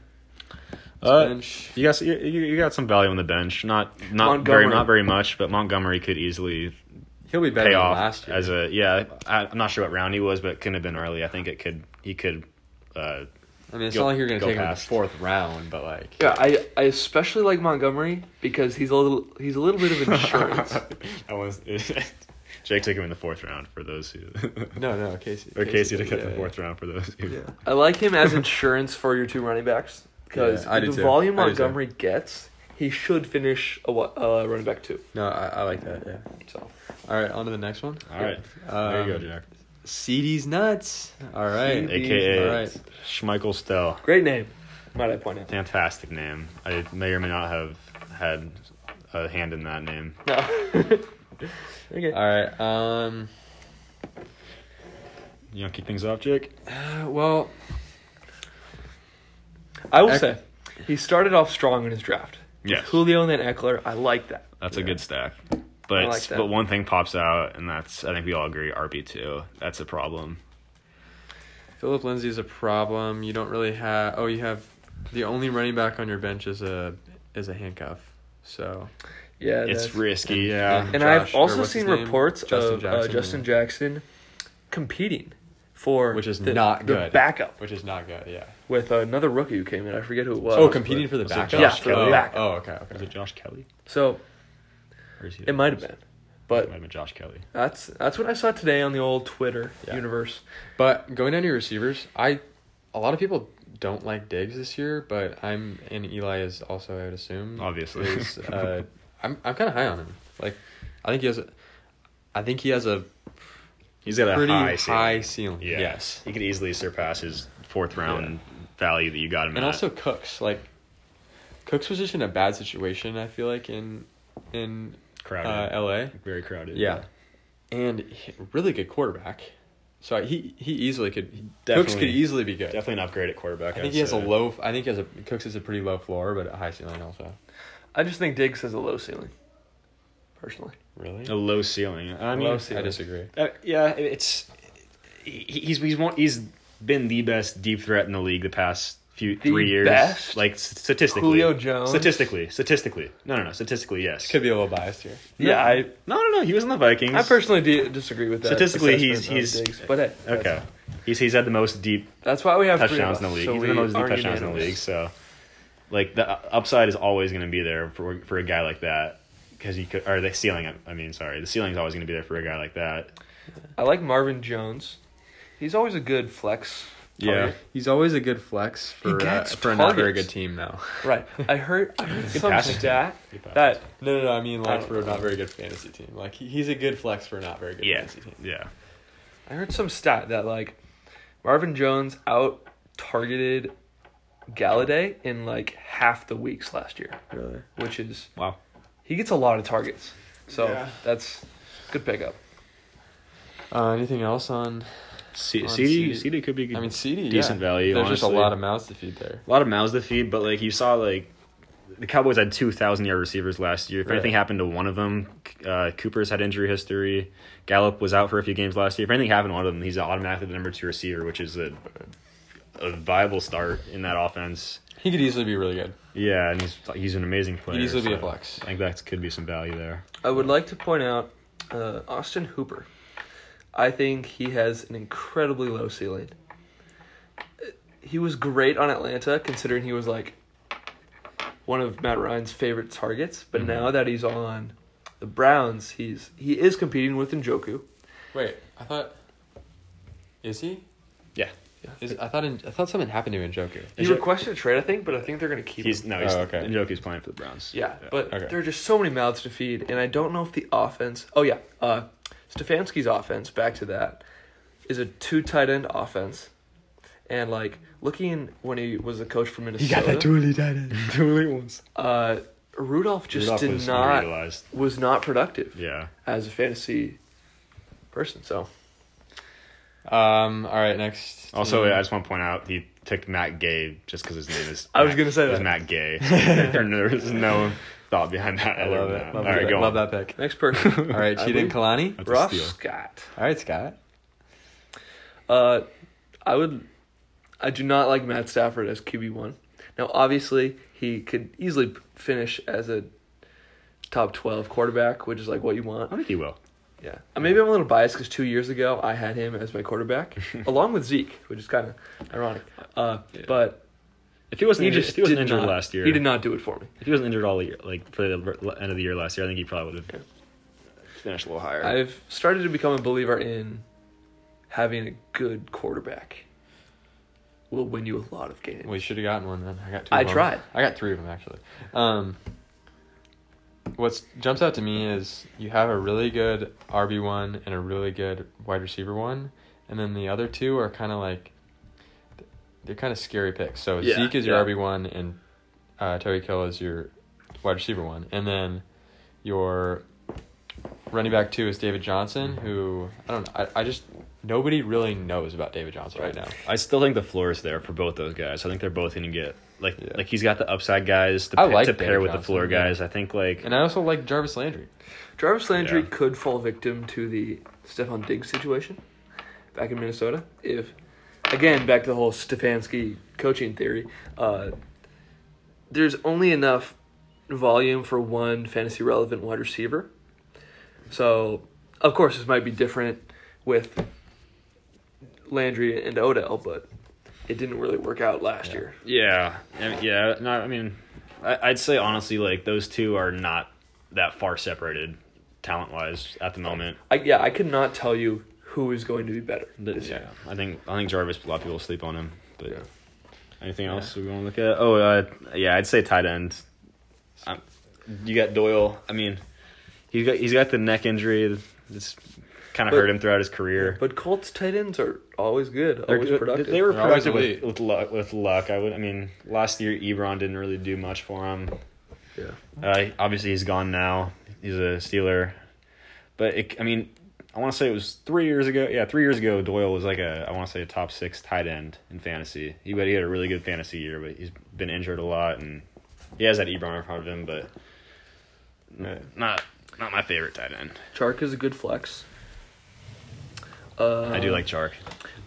[SPEAKER 1] Uh,
[SPEAKER 2] Bench.
[SPEAKER 1] you got you, you you got some value on the bench. Not not
[SPEAKER 3] Montgomery.
[SPEAKER 1] very not very much, but Montgomery could easily
[SPEAKER 2] He'll be better
[SPEAKER 1] pay
[SPEAKER 2] than
[SPEAKER 1] off
[SPEAKER 2] last year.
[SPEAKER 1] as a yeah. I, I'm not sure what round he was, but it couldn't have been early. I think it could he could. Uh,
[SPEAKER 2] I mean, it's
[SPEAKER 1] go-
[SPEAKER 2] not like you're gonna
[SPEAKER 1] go
[SPEAKER 2] take him in the
[SPEAKER 1] past.
[SPEAKER 2] fourth round, but like
[SPEAKER 3] Yeah, I, I especially like Montgomery because he's a little he's a little bit of insurance.
[SPEAKER 1] I was Jake took him in the fourth round for those who
[SPEAKER 2] no, no, Casey.
[SPEAKER 1] or Casey took
[SPEAKER 2] did,
[SPEAKER 1] him in
[SPEAKER 2] yeah,
[SPEAKER 1] the fourth round for those who.
[SPEAKER 3] I like him as insurance for your two running backs because
[SPEAKER 2] Yeah, I do
[SPEAKER 3] the
[SPEAKER 2] too.
[SPEAKER 3] volume
[SPEAKER 2] I do too.
[SPEAKER 3] Montgomery gets, he should finish a wa- uh, running back two.
[SPEAKER 2] yeah. No, I, I like that. Yeah.
[SPEAKER 3] So
[SPEAKER 2] All right, on to the next one.
[SPEAKER 1] All right,
[SPEAKER 2] Um,
[SPEAKER 1] there you go, Jack.
[SPEAKER 2] CD's nuts. All right.
[SPEAKER 3] CD.
[SPEAKER 1] AKA
[SPEAKER 2] All right.
[SPEAKER 1] Schmeichel Stell.
[SPEAKER 3] great name, might I point out?
[SPEAKER 1] Fantastic name. I may or may not have had a hand in that name.
[SPEAKER 3] No. okay.
[SPEAKER 1] Uh,
[SPEAKER 2] All right. Um.
[SPEAKER 1] You want to kick things off, Jake?
[SPEAKER 2] uh, Well,
[SPEAKER 3] I will
[SPEAKER 2] Eck-
[SPEAKER 3] say, he started off strong in his draft.
[SPEAKER 1] Yes.
[SPEAKER 3] Julio and then Eckler, I like that.
[SPEAKER 1] That's
[SPEAKER 2] Yeah.
[SPEAKER 1] a good stack. But
[SPEAKER 3] I like that.
[SPEAKER 1] but one thing pops out, and that's I think we all agree RB two. That's a problem.
[SPEAKER 2] Philip Lindsay is a problem. You don't really have. Oh, you have the only running back on your bench is a is a handcuff. So
[SPEAKER 3] Yeah,
[SPEAKER 1] it's
[SPEAKER 3] that's-
[SPEAKER 1] risky.
[SPEAKER 2] and-
[SPEAKER 1] yeah.
[SPEAKER 2] and-
[SPEAKER 3] And
[SPEAKER 2] Josh,
[SPEAKER 3] I've
[SPEAKER 2] or
[SPEAKER 3] also
[SPEAKER 2] what's his
[SPEAKER 3] seen
[SPEAKER 2] name?
[SPEAKER 3] reports
[SPEAKER 2] Justin
[SPEAKER 3] of
[SPEAKER 2] Jackson,
[SPEAKER 3] uh, Justin
[SPEAKER 2] yeah.
[SPEAKER 3] Jackson competing for
[SPEAKER 2] Which is
[SPEAKER 3] the,
[SPEAKER 2] not
[SPEAKER 3] the
[SPEAKER 2] good.
[SPEAKER 3] backup
[SPEAKER 2] which is not good. Yeah.
[SPEAKER 3] with another rookie who came in. I forget who it was.
[SPEAKER 2] Oh, competing for the
[SPEAKER 1] was it
[SPEAKER 2] backup.
[SPEAKER 1] Josh
[SPEAKER 3] Yeah, for the
[SPEAKER 2] oh,
[SPEAKER 3] backup.
[SPEAKER 2] Oh, okay,
[SPEAKER 1] was
[SPEAKER 2] okay.
[SPEAKER 1] it Josh Kelly?
[SPEAKER 3] So
[SPEAKER 1] Or is he
[SPEAKER 3] it might have been,
[SPEAKER 1] It
[SPEAKER 3] but
[SPEAKER 1] might have been Josh Kelly.
[SPEAKER 3] that's that's what I saw today on the old Twitter
[SPEAKER 2] Yeah.
[SPEAKER 3] universe.
[SPEAKER 2] But going down to your receivers, I a lot of people don't like Diggs this year, but I'm and Eli is also I would assume
[SPEAKER 1] Obviously.
[SPEAKER 2] is, uh, I'm I'm kind of high on him. Like, I think he has, a, I think he has a
[SPEAKER 1] He's got a
[SPEAKER 2] pretty
[SPEAKER 1] high,
[SPEAKER 2] high
[SPEAKER 1] ceiling.
[SPEAKER 2] ceiling.
[SPEAKER 1] Yeah.
[SPEAKER 2] Yes.
[SPEAKER 1] He could easily surpass his fourth round value that you got him at.
[SPEAKER 2] and also Cooks like Cooks was just in a bad situation I feel like in in
[SPEAKER 1] crowded.
[SPEAKER 2] uh, L.A.
[SPEAKER 1] Very crowded.
[SPEAKER 2] Yeah, and he- really good quarterback. So he he easily could Cooks could
[SPEAKER 1] Definitely.
[SPEAKER 2] easily be good.
[SPEAKER 1] Definitely an upgrade at quarterback.
[SPEAKER 2] I think
[SPEAKER 1] I'd
[SPEAKER 2] he has a
[SPEAKER 1] say.
[SPEAKER 2] low. I think he has a Cooks is a pretty low floor, but a high ceiling also.
[SPEAKER 3] I just think Diggs has a low ceiling, personally.
[SPEAKER 2] Really?
[SPEAKER 1] a low ceiling. I mean,
[SPEAKER 3] Low
[SPEAKER 2] I
[SPEAKER 3] ceiling.
[SPEAKER 2] disagree.
[SPEAKER 1] Uh, yeah, it- it's he- he's he's one, he's been the best deep threat in the league the past few
[SPEAKER 3] The
[SPEAKER 1] three years.
[SPEAKER 3] best?
[SPEAKER 1] Like s- statistically,
[SPEAKER 3] Julio Jones?
[SPEAKER 1] Statistically, statistically, no, no, no. Statistically, yes.
[SPEAKER 2] Could be a little biased here.
[SPEAKER 3] Yeah, I
[SPEAKER 1] no, no, no. He was on the Vikings.
[SPEAKER 3] I personally do disagree with that.
[SPEAKER 1] Statistically, he's-
[SPEAKER 3] assessment of
[SPEAKER 1] he's-
[SPEAKER 3] Diggs, but hey, that's-
[SPEAKER 1] okay. He's he's had the most deep
[SPEAKER 3] That's why we have three
[SPEAKER 1] touchdowns
[SPEAKER 3] of
[SPEAKER 1] in the
[SPEAKER 3] us,
[SPEAKER 1] league.
[SPEAKER 3] so
[SPEAKER 1] he's
[SPEAKER 3] we
[SPEAKER 1] had the most deep
[SPEAKER 3] are
[SPEAKER 1] touchdowns in the
[SPEAKER 3] unanimous.
[SPEAKER 1] league. So, like the u- upside is always going to be there for for a guy like that. Because he could, or the ceiling. I- I mean, sorry, the ceiling's always going to be there for a guy like that.
[SPEAKER 3] I like Marvin Jones. He's always a good flex. target.
[SPEAKER 2] He's always a good flex for uh,
[SPEAKER 3] gets
[SPEAKER 2] for a not very
[SPEAKER 3] targets.
[SPEAKER 2] good team though.
[SPEAKER 3] Right. I heard, I heard some
[SPEAKER 1] passes.
[SPEAKER 3] stat
[SPEAKER 1] Good passes.
[SPEAKER 3] that
[SPEAKER 2] No, no, no. I mean
[SPEAKER 3] I
[SPEAKER 2] like
[SPEAKER 1] Oh.
[SPEAKER 3] don't
[SPEAKER 2] for a not very good fantasy team. Like he, he's a good flex for a not very good
[SPEAKER 1] yeah,
[SPEAKER 2] fantasy team.
[SPEAKER 1] yeah.
[SPEAKER 3] I heard some stat that like Marvin Jones out targeted Galladay in like half the weeks last year,
[SPEAKER 2] Really?
[SPEAKER 3] which is
[SPEAKER 1] Wow.
[SPEAKER 3] he gets a lot of targets. So
[SPEAKER 2] Yeah.
[SPEAKER 3] that's good pickup.
[SPEAKER 2] Uh, anything else on?
[SPEAKER 1] C-
[SPEAKER 2] On
[SPEAKER 1] CD,
[SPEAKER 2] CD.
[SPEAKER 1] CD could be
[SPEAKER 2] I mean, CD.
[SPEAKER 1] decent
[SPEAKER 2] yeah.
[SPEAKER 1] value.
[SPEAKER 2] There's just a
[SPEAKER 1] honestly.
[SPEAKER 2] lot of mouths to feed there.
[SPEAKER 1] A lot of mouths to feed, but like you saw, like the Cowboys had two thousand yard receivers last year. If
[SPEAKER 2] Right.
[SPEAKER 1] anything happened to one of them, uh, Cooper's had injury history. Gallup was out for a few games last year. If anything happened to one of them, he's automatically the number two receiver, which is a a viable start in that offense.
[SPEAKER 2] He could easily be really good.
[SPEAKER 1] Yeah, and he's he's an amazing player.
[SPEAKER 2] He'd easily be a
[SPEAKER 1] so
[SPEAKER 2] flex.
[SPEAKER 1] I think that could be some value there.
[SPEAKER 3] I would like to point out uh, Austin Hooper. I think he has an incredibly low ceiling. Uh, He was great on Atlanta, considering he was like one of Matt Ryan's favorite targets. But
[SPEAKER 1] Mhm.
[SPEAKER 3] now that he's on the Browns, he's he is competing with Njoku.
[SPEAKER 2] Wait, I thought. Is he?
[SPEAKER 1] Yeah.
[SPEAKER 2] Is I thought in, I thought something happened to Njoku.
[SPEAKER 3] He
[SPEAKER 1] Njo-
[SPEAKER 3] requested a trade, I think, but I think they're going to keep him.
[SPEAKER 1] He's no, he's
[SPEAKER 2] Oh, okay.
[SPEAKER 1] Njoku's playing for the Browns.
[SPEAKER 3] Yeah, but
[SPEAKER 2] okay.
[SPEAKER 3] there are just so many mouths to feed, and I don't know if the offense. Oh yeah, uh, Stefanski's offense. Back to that, is a two tight end offense, and like looking when he was a coach for Minnesota,
[SPEAKER 2] dually tight end. dually ones.
[SPEAKER 3] uh, Rudolph just
[SPEAKER 1] Rudolph
[SPEAKER 3] did
[SPEAKER 1] was
[SPEAKER 3] not
[SPEAKER 1] underutilized.
[SPEAKER 3] was not productive
[SPEAKER 1] Yeah.
[SPEAKER 3] as a fantasy person. So
[SPEAKER 2] Um. All right. Next.
[SPEAKER 1] Also,
[SPEAKER 2] team.
[SPEAKER 1] I just want to point out he took Matt Gay just because his name is.
[SPEAKER 3] I was
[SPEAKER 1] Matt-
[SPEAKER 3] gonna say
[SPEAKER 1] is
[SPEAKER 3] that.
[SPEAKER 1] Matt Gay. there was no thought behind that.
[SPEAKER 2] I
[SPEAKER 1] other
[SPEAKER 2] love
[SPEAKER 1] than
[SPEAKER 2] it.
[SPEAKER 1] that.
[SPEAKER 2] Love,
[SPEAKER 1] All right,
[SPEAKER 2] that,
[SPEAKER 1] go
[SPEAKER 2] love
[SPEAKER 1] on.
[SPEAKER 2] that pick.
[SPEAKER 3] next person,
[SPEAKER 2] All right,
[SPEAKER 3] I
[SPEAKER 2] Cheating Kalani.
[SPEAKER 3] believe-
[SPEAKER 1] That's a
[SPEAKER 3] Ross
[SPEAKER 1] steal.
[SPEAKER 3] Scott.
[SPEAKER 2] All right, Scott.
[SPEAKER 3] Uh, I would. I do not like Matt Stafford as QB one. Now, obviously, he could easily p- finish as a top twelve quarterback, which is like what you
[SPEAKER 1] I
[SPEAKER 3] want.
[SPEAKER 1] think he will.
[SPEAKER 3] Yeah, Uh, maybe I'm a little biased because two years ago I had him as my quarterback, along with Zeke, which is kind of ironic. Uh,
[SPEAKER 1] Yeah.
[SPEAKER 3] but
[SPEAKER 1] If he wasn't
[SPEAKER 3] he
[SPEAKER 1] injured,
[SPEAKER 3] just
[SPEAKER 1] if he wasn't
[SPEAKER 3] did
[SPEAKER 1] injured
[SPEAKER 3] not-
[SPEAKER 1] last year,
[SPEAKER 3] He did not do it for me.
[SPEAKER 1] If he wasn't injured all year, like for the end of the year last year, I think he probably would have finished a little higher.
[SPEAKER 3] I've started to become a believer in having a good quarterback will win you a lot of games.
[SPEAKER 2] We should have gotten one then. I got two.
[SPEAKER 3] I
[SPEAKER 2] of 'em.
[SPEAKER 3] tried.
[SPEAKER 2] I got three of them actually. Um, what jumps out to me is you have a really good RB one and a really good wide receiver one, and then the other two are kind of like they're kind of scary picks. So
[SPEAKER 3] Yeah,
[SPEAKER 2] Zeke is your
[SPEAKER 3] yeah.
[SPEAKER 2] RB one and uh, Terry Kill is your wide receiver one, and then your running back two is David Johnson, who I don't know. I, I just nobody really knows about David Johnson right now.
[SPEAKER 1] I still think the floor is there for both those guys. I think they're both going to get like
[SPEAKER 2] Yeah.
[SPEAKER 1] like he's got the upside guys to,
[SPEAKER 2] I
[SPEAKER 1] pa-
[SPEAKER 2] like
[SPEAKER 1] to
[SPEAKER 2] David
[SPEAKER 1] pair with the
[SPEAKER 2] Johnson,
[SPEAKER 1] floor
[SPEAKER 2] yeah.
[SPEAKER 1] guys. I think like
[SPEAKER 2] And I also like Jarvis Landry.
[SPEAKER 3] Jarvis Landry
[SPEAKER 1] Yeah.
[SPEAKER 3] could fall victim to the Stephon Diggs situation back in Minnesota. If again back to the whole Stefanski coaching theory, uh, there's only enough volume for one fantasy relevant wide receiver. So of course this might be different with Landry and Odell, but it didn't really work out last
[SPEAKER 2] Yeah.
[SPEAKER 3] year.
[SPEAKER 1] Yeah, I mean, yeah. No, I mean, I, I'd say honestly, like those two are not that far separated, talent wise, at the moment.
[SPEAKER 3] I, yeah, I could not tell you who is going to be better.
[SPEAKER 1] But,
[SPEAKER 3] this year.
[SPEAKER 1] yeah, I think I think Jarvis. A lot of people sleep on him. But
[SPEAKER 2] Yeah.
[SPEAKER 1] anything else we want to look at? Oh, uh, yeah. I'd say tight end. Um, you got Doyle. I mean, he's got he's got the neck injury that's kind of
[SPEAKER 3] But-
[SPEAKER 1] hurt him throughout his career.
[SPEAKER 3] But Colts tight ends are always good,
[SPEAKER 1] They're
[SPEAKER 3] always
[SPEAKER 1] good-
[SPEAKER 3] productive.
[SPEAKER 1] They were
[SPEAKER 2] They're always
[SPEAKER 1] productive with,
[SPEAKER 2] elite.
[SPEAKER 1] with luck. With luck, I would. I mean, last year Ebron didn't really do much for him.
[SPEAKER 3] yeah.
[SPEAKER 1] Uh, obviously, he's gone now. He's a Steeler, but it, I mean, I want to say it was three years ago. Yeah, three years ago, Doyle was like a I want to say a top six tight end in fantasy. He but he had a really good fantasy year, but he's been injured a lot, and he has that Ebron in front of him, but
[SPEAKER 2] Right.
[SPEAKER 1] not not my favorite tight end.
[SPEAKER 3] Chark is a good flex. Uh,
[SPEAKER 1] I do like Chark.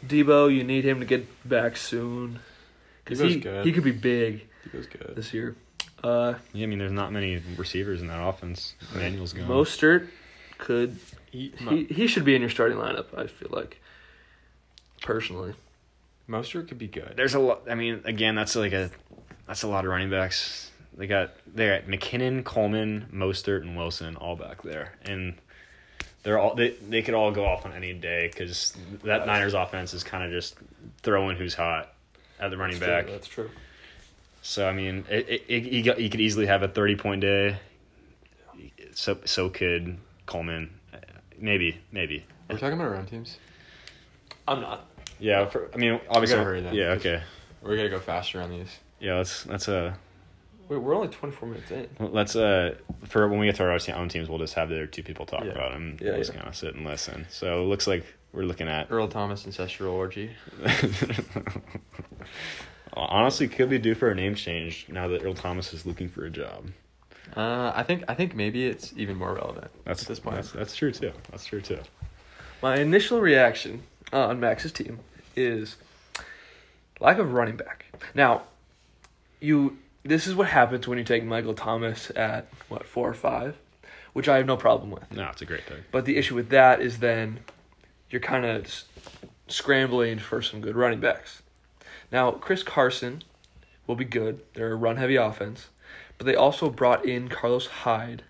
[SPEAKER 3] Debo. You need him to get back soon because
[SPEAKER 2] Debo's
[SPEAKER 3] he
[SPEAKER 2] good.
[SPEAKER 3] he could be big
[SPEAKER 2] He was good.
[SPEAKER 3] this year. Uh,
[SPEAKER 1] Yeah, I mean, there's not many receivers in that offense. Manuel's gone.
[SPEAKER 3] Mostert could
[SPEAKER 2] He,
[SPEAKER 3] he, he should be in your starting lineup. I feel like personally.
[SPEAKER 2] Mostert could be good.
[SPEAKER 1] there's a lot. I mean, again, that's like a that's a lot of running backs. They got they got McKinnon, Coleman, Mostert, and Wilson all back there, and they're all they they could all go off on any day because that Niners offense is kind of just throwing who's hot at the running back.
[SPEAKER 3] That's true.
[SPEAKER 1] So I mean, it, it, it, you got you could easily have a thirty point day. So so could Coleman, maybe maybe.
[SPEAKER 2] We're talking about our own teams.
[SPEAKER 3] I'm not.
[SPEAKER 1] Yeah, for, I mean obviously.
[SPEAKER 2] gotta hurry then,
[SPEAKER 1] yeah,
[SPEAKER 2] 'cause-
[SPEAKER 1] okay.
[SPEAKER 2] We're gonna go faster on these.
[SPEAKER 1] Yeah, that's that's a
[SPEAKER 3] Wait, we're only 24 minutes in.
[SPEAKER 1] Let's uh for when we get to our own te- own teams, we'll just have the other two people talk
[SPEAKER 3] Yeah.
[SPEAKER 1] about them.
[SPEAKER 3] Yeah,
[SPEAKER 1] we'll just
[SPEAKER 3] yeah.
[SPEAKER 1] kind of sit and listen. So it looks like we're looking at.
[SPEAKER 2] Earl Thomas ancestral orgy.
[SPEAKER 1] Honestly, could be due for a name change now that Earl Thomas is looking for a job.
[SPEAKER 2] Uh, I think I think maybe it's even more relevant
[SPEAKER 1] That's
[SPEAKER 2] at this point.
[SPEAKER 1] That's, that's true too. That's true too.
[SPEAKER 3] My initial reaction uh, on Max's team is lack of running back. Now, you this is what happens when you take Michael Thomas at what four or five, which I have no problem with.
[SPEAKER 1] No, it's a great pick.
[SPEAKER 3] But the issue with that is then you're kind of s- scrambling for some good running backs. Now, Chris Carson will be good. They're a run heavy offense, but they also brought in Carlos Hyde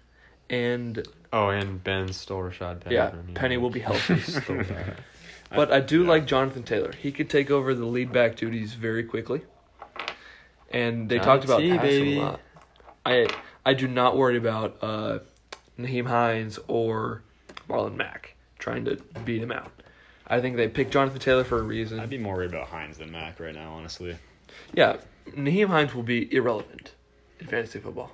[SPEAKER 3] and
[SPEAKER 2] Oh, and Ben stole Rashad Penny.
[SPEAKER 3] yeah,
[SPEAKER 2] from you.
[SPEAKER 3] Penny will be healthy.
[SPEAKER 2] Stole that.
[SPEAKER 3] But I do
[SPEAKER 1] yeah.
[SPEAKER 3] like Jonathan Taylor. He could take over the lead back duties very quickly. And they
[SPEAKER 2] Johnny
[SPEAKER 3] talked about
[SPEAKER 2] T,
[SPEAKER 3] passing
[SPEAKER 2] baby.
[SPEAKER 3] a lot. I I do not worry about uh, Naheem Hines or Marlon Mack trying to beat him out. I think they picked Jonathan Taylor for a reason.
[SPEAKER 1] I'd be more worried about Hines than Mac right now, honestly.
[SPEAKER 3] yeah, Naheem Hines will be irrelevant in fantasy football.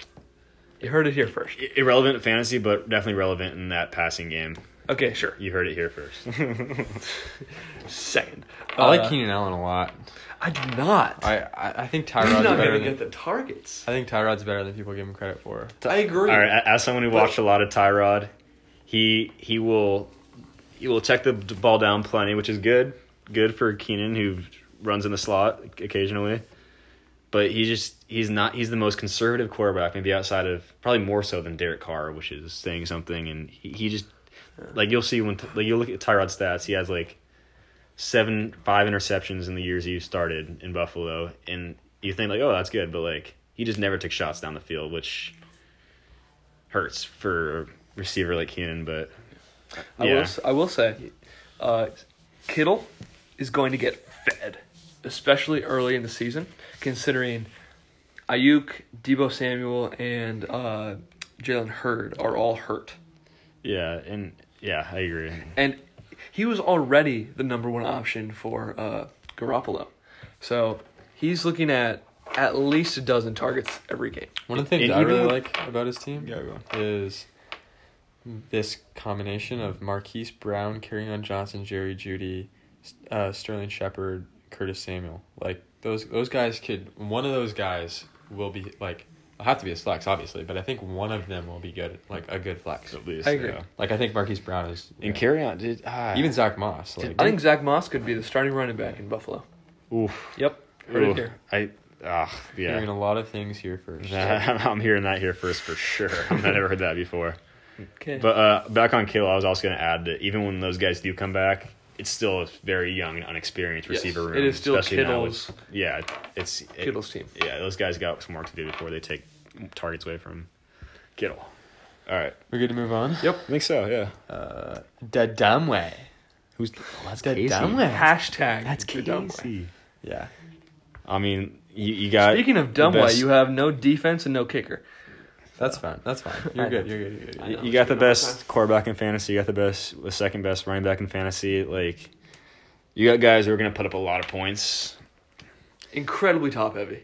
[SPEAKER 3] You heard it here first.
[SPEAKER 1] I- irrelevant in fantasy, but definitely relevant in that passing game.
[SPEAKER 3] Okay, sure.
[SPEAKER 1] You heard it here first.
[SPEAKER 3] Second.
[SPEAKER 2] I like
[SPEAKER 3] Uh,
[SPEAKER 2] Keenan Allen a lot.
[SPEAKER 3] I do not.
[SPEAKER 2] I I, I think
[SPEAKER 3] He's
[SPEAKER 2] Tyrod's
[SPEAKER 3] not
[SPEAKER 2] better.
[SPEAKER 3] going to
[SPEAKER 2] Than,
[SPEAKER 3] get the targets.
[SPEAKER 2] I think Tyrod's better than people give him credit for.
[SPEAKER 3] I agree.
[SPEAKER 1] All right, a- as someone who watched a lot of Tyrod, he he will he will check the d- ball down plenty, which is good. Good for Keenan who runs in the slot occasionally. But he just he's not he's the most conservative quarterback, maybe outside of probably more so than Derek Carr, which is saying something. And he, he just like you'll see when like you'll look at Tyrod's stats, he has like seven five interceptions in the years he started in Buffalo, and you think like oh that's good, but like he just never took shots down the field, which hurts for a receiver like Keenan, but
[SPEAKER 3] I
[SPEAKER 1] Yeah.
[SPEAKER 3] will. s- I will say, uh, Kittle is going to get fed, especially early in the season, considering Ayuk, Debo Samuel, and uh, Jalen Hurd are all hurt,
[SPEAKER 1] yeah, and yeah, I agree.
[SPEAKER 3] and he was already the number one option for uh, Garoppolo, so he's looking at at least a dozen targets every game.
[SPEAKER 2] One of the things
[SPEAKER 1] And
[SPEAKER 2] I
[SPEAKER 1] even
[SPEAKER 2] really
[SPEAKER 1] with-
[SPEAKER 2] like about his team is this combination of Marquise Brown, carrying on Johnson, Jerry Judy, uh, Sterling Shepard, Curtis Samuel. Like those those guys could one of those guys will be like will have to be a flex obviously, but I think one of them will be good like a good flex.
[SPEAKER 1] At least,
[SPEAKER 3] I agree.
[SPEAKER 1] yeah.
[SPEAKER 2] Like I think Marquise Brown is
[SPEAKER 1] And carry on, did ah,
[SPEAKER 2] even Zach Moss. Like,
[SPEAKER 3] I think Zach Moss could be the starting running back in Buffalo.
[SPEAKER 1] oof,
[SPEAKER 3] Yep, heard it
[SPEAKER 1] oof,
[SPEAKER 3] here.
[SPEAKER 1] I ah
[SPEAKER 2] hearing
[SPEAKER 1] yeah.
[SPEAKER 2] a lot of things here first.
[SPEAKER 1] I'm hearing that here first for sure. I've never heard that before.
[SPEAKER 3] Okay.
[SPEAKER 1] But uh, back on Kittle, I was also going to add that even when those guys do come back, it's still a very young and unexperienced
[SPEAKER 3] Yes,
[SPEAKER 1] receiver room.
[SPEAKER 3] it is still
[SPEAKER 1] especially now
[SPEAKER 3] Kittle's-
[SPEAKER 1] with- yeah, it- it's it-
[SPEAKER 3] Kittle's team.
[SPEAKER 1] Yeah, those guys got some work to do before they take targets away from Kittle. All right,
[SPEAKER 2] We're good to move on.
[SPEAKER 3] Yep.
[SPEAKER 1] I think so. Yeah.
[SPEAKER 2] The dumb way.
[SPEAKER 1] Who's oh, that's
[SPEAKER 2] The dumb way.
[SPEAKER 3] Hashtag the dumb way.
[SPEAKER 1] Casey.
[SPEAKER 2] Yeah.
[SPEAKER 1] I mean, you, you got
[SPEAKER 3] Speaking of
[SPEAKER 1] the
[SPEAKER 3] Dumway,
[SPEAKER 1] best-
[SPEAKER 3] you have no defense and no kicker.
[SPEAKER 2] That's fine. That's fine. You're good. You're good. You're good. You're good.
[SPEAKER 1] you got the best quarterback in fantasy. You got the best, the second best running back in fantasy. Like, you got guys who are going to put up a lot of points.
[SPEAKER 3] Incredibly top heavy.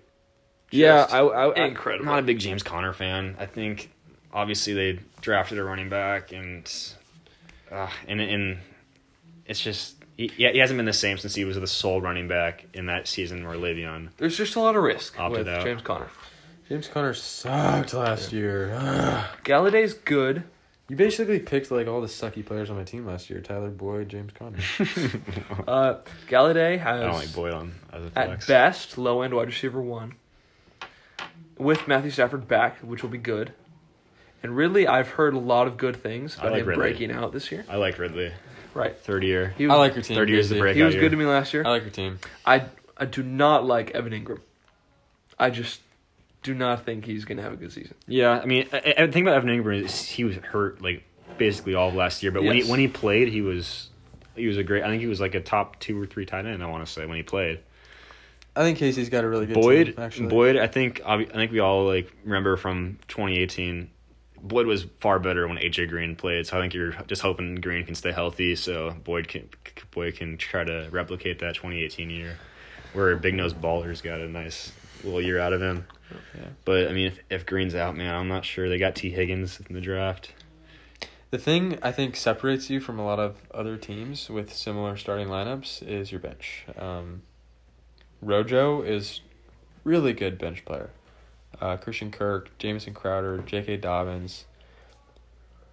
[SPEAKER 1] Yeah,
[SPEAKER 3] Just
[SPEAKER 1] I, I,
[SPEAKER 3] incredible.
[SPEAKER 1] am not a big James Conner fan. I think obviously they drafted a running back, and uh, and and it's just he, yeah, he hasn't been the same since he was the sole running back in that season where Le'Veon.
[SPEAKER 3] There's just a lot of risk
[SPEAKER 1] Opted
[SPEAKER 3] with
[SPEAKER 1] out.
[SPEAKER 3] James Conner.
[SPEAKER 2] James Conner sucked last year. Ugh.
[SPEAKER 3] Galladay's good.
[SPEAKER 2] You basically picked like all the sucky players on my team last year: Tyler Boyd, James Conner.
[SPEAKER 3] Uh, Galladay
[SPEAKER 1] I
[SPEAKER 3] has
[SPEAKER 1] don't like Boyd on as a
[SPEAKER 3] at
[SPEAKER 1] flex.
[SPEAKER 3] best low end wide receiver one. With Matthew Stafford back, which will be good. And Ridley, I've heard a lot of good things
[SPEAKER 1] I
[SPEAKER 3] about
[SPEAKER 1] like
[SPEAKER 3] him
[SPEAKER 1] Ridley.
[SPEAKER 3] breaking out this year.
[SPEAKER 1] I like Ridley,
[SPEAKER 3] Right.
[SPEAKER 1] third year.
[SPEAKER 3] He
[SPEAKER 2] I
[SPEAKER 3] was,
[SPEAKER 2] like your team.
[SPEAKER 1] Third year's the
[SPEAKER 2] Casey.
[SPEAKER 1] break.
[SPEAKER 3] he was
[SPEAKER 1] Got
[SPEAKER 3] good
[SPEAKER 1] you.
[SPEAKER 3] to me last year.
[SPEAKER 2] I like your team.
[SPEAKER 3] I I do not like Evan Ingram. I just do not think he's gonna have a good season.
[SPEAKER 1] Yeah, I mean, I, I think about Evan Ingram is he was hurt like basically all of last year, but when
[SPEAKER 3] Yes.
[SPEAKER 1] he when he played, he was he was a great. I think he was like a top two or three tight end. I want to say when he played.
[SPEAKER 2] I think Casey's got a really good
[SPEAKER 1] Boyd,
[SPEAKER 2] team. Actually,
[SPEAKER 1] Boyd, I think obvi- I think we all like remember from 2018. Boyd was far better when AJ Green played, so I think you're just hoping Green can stay healthy, so Boyd can Boyd can try to replicate that 2018 year, where Big Nose Ballers got a nice little year out of him.
[SPEAKER 2] Yeah.
[SPEAKER 1] But I mean, if, if Green's out, man, I'm not sure. They got T Higgins in the draft.
[SPEAKER 2] The thing I think separates you from a lot of other teams with similar starting lineups is your bench. Um, Rojo is really good bench player. Uh, Christian Kirk, Jameson Crowder, J.K. Dobbins.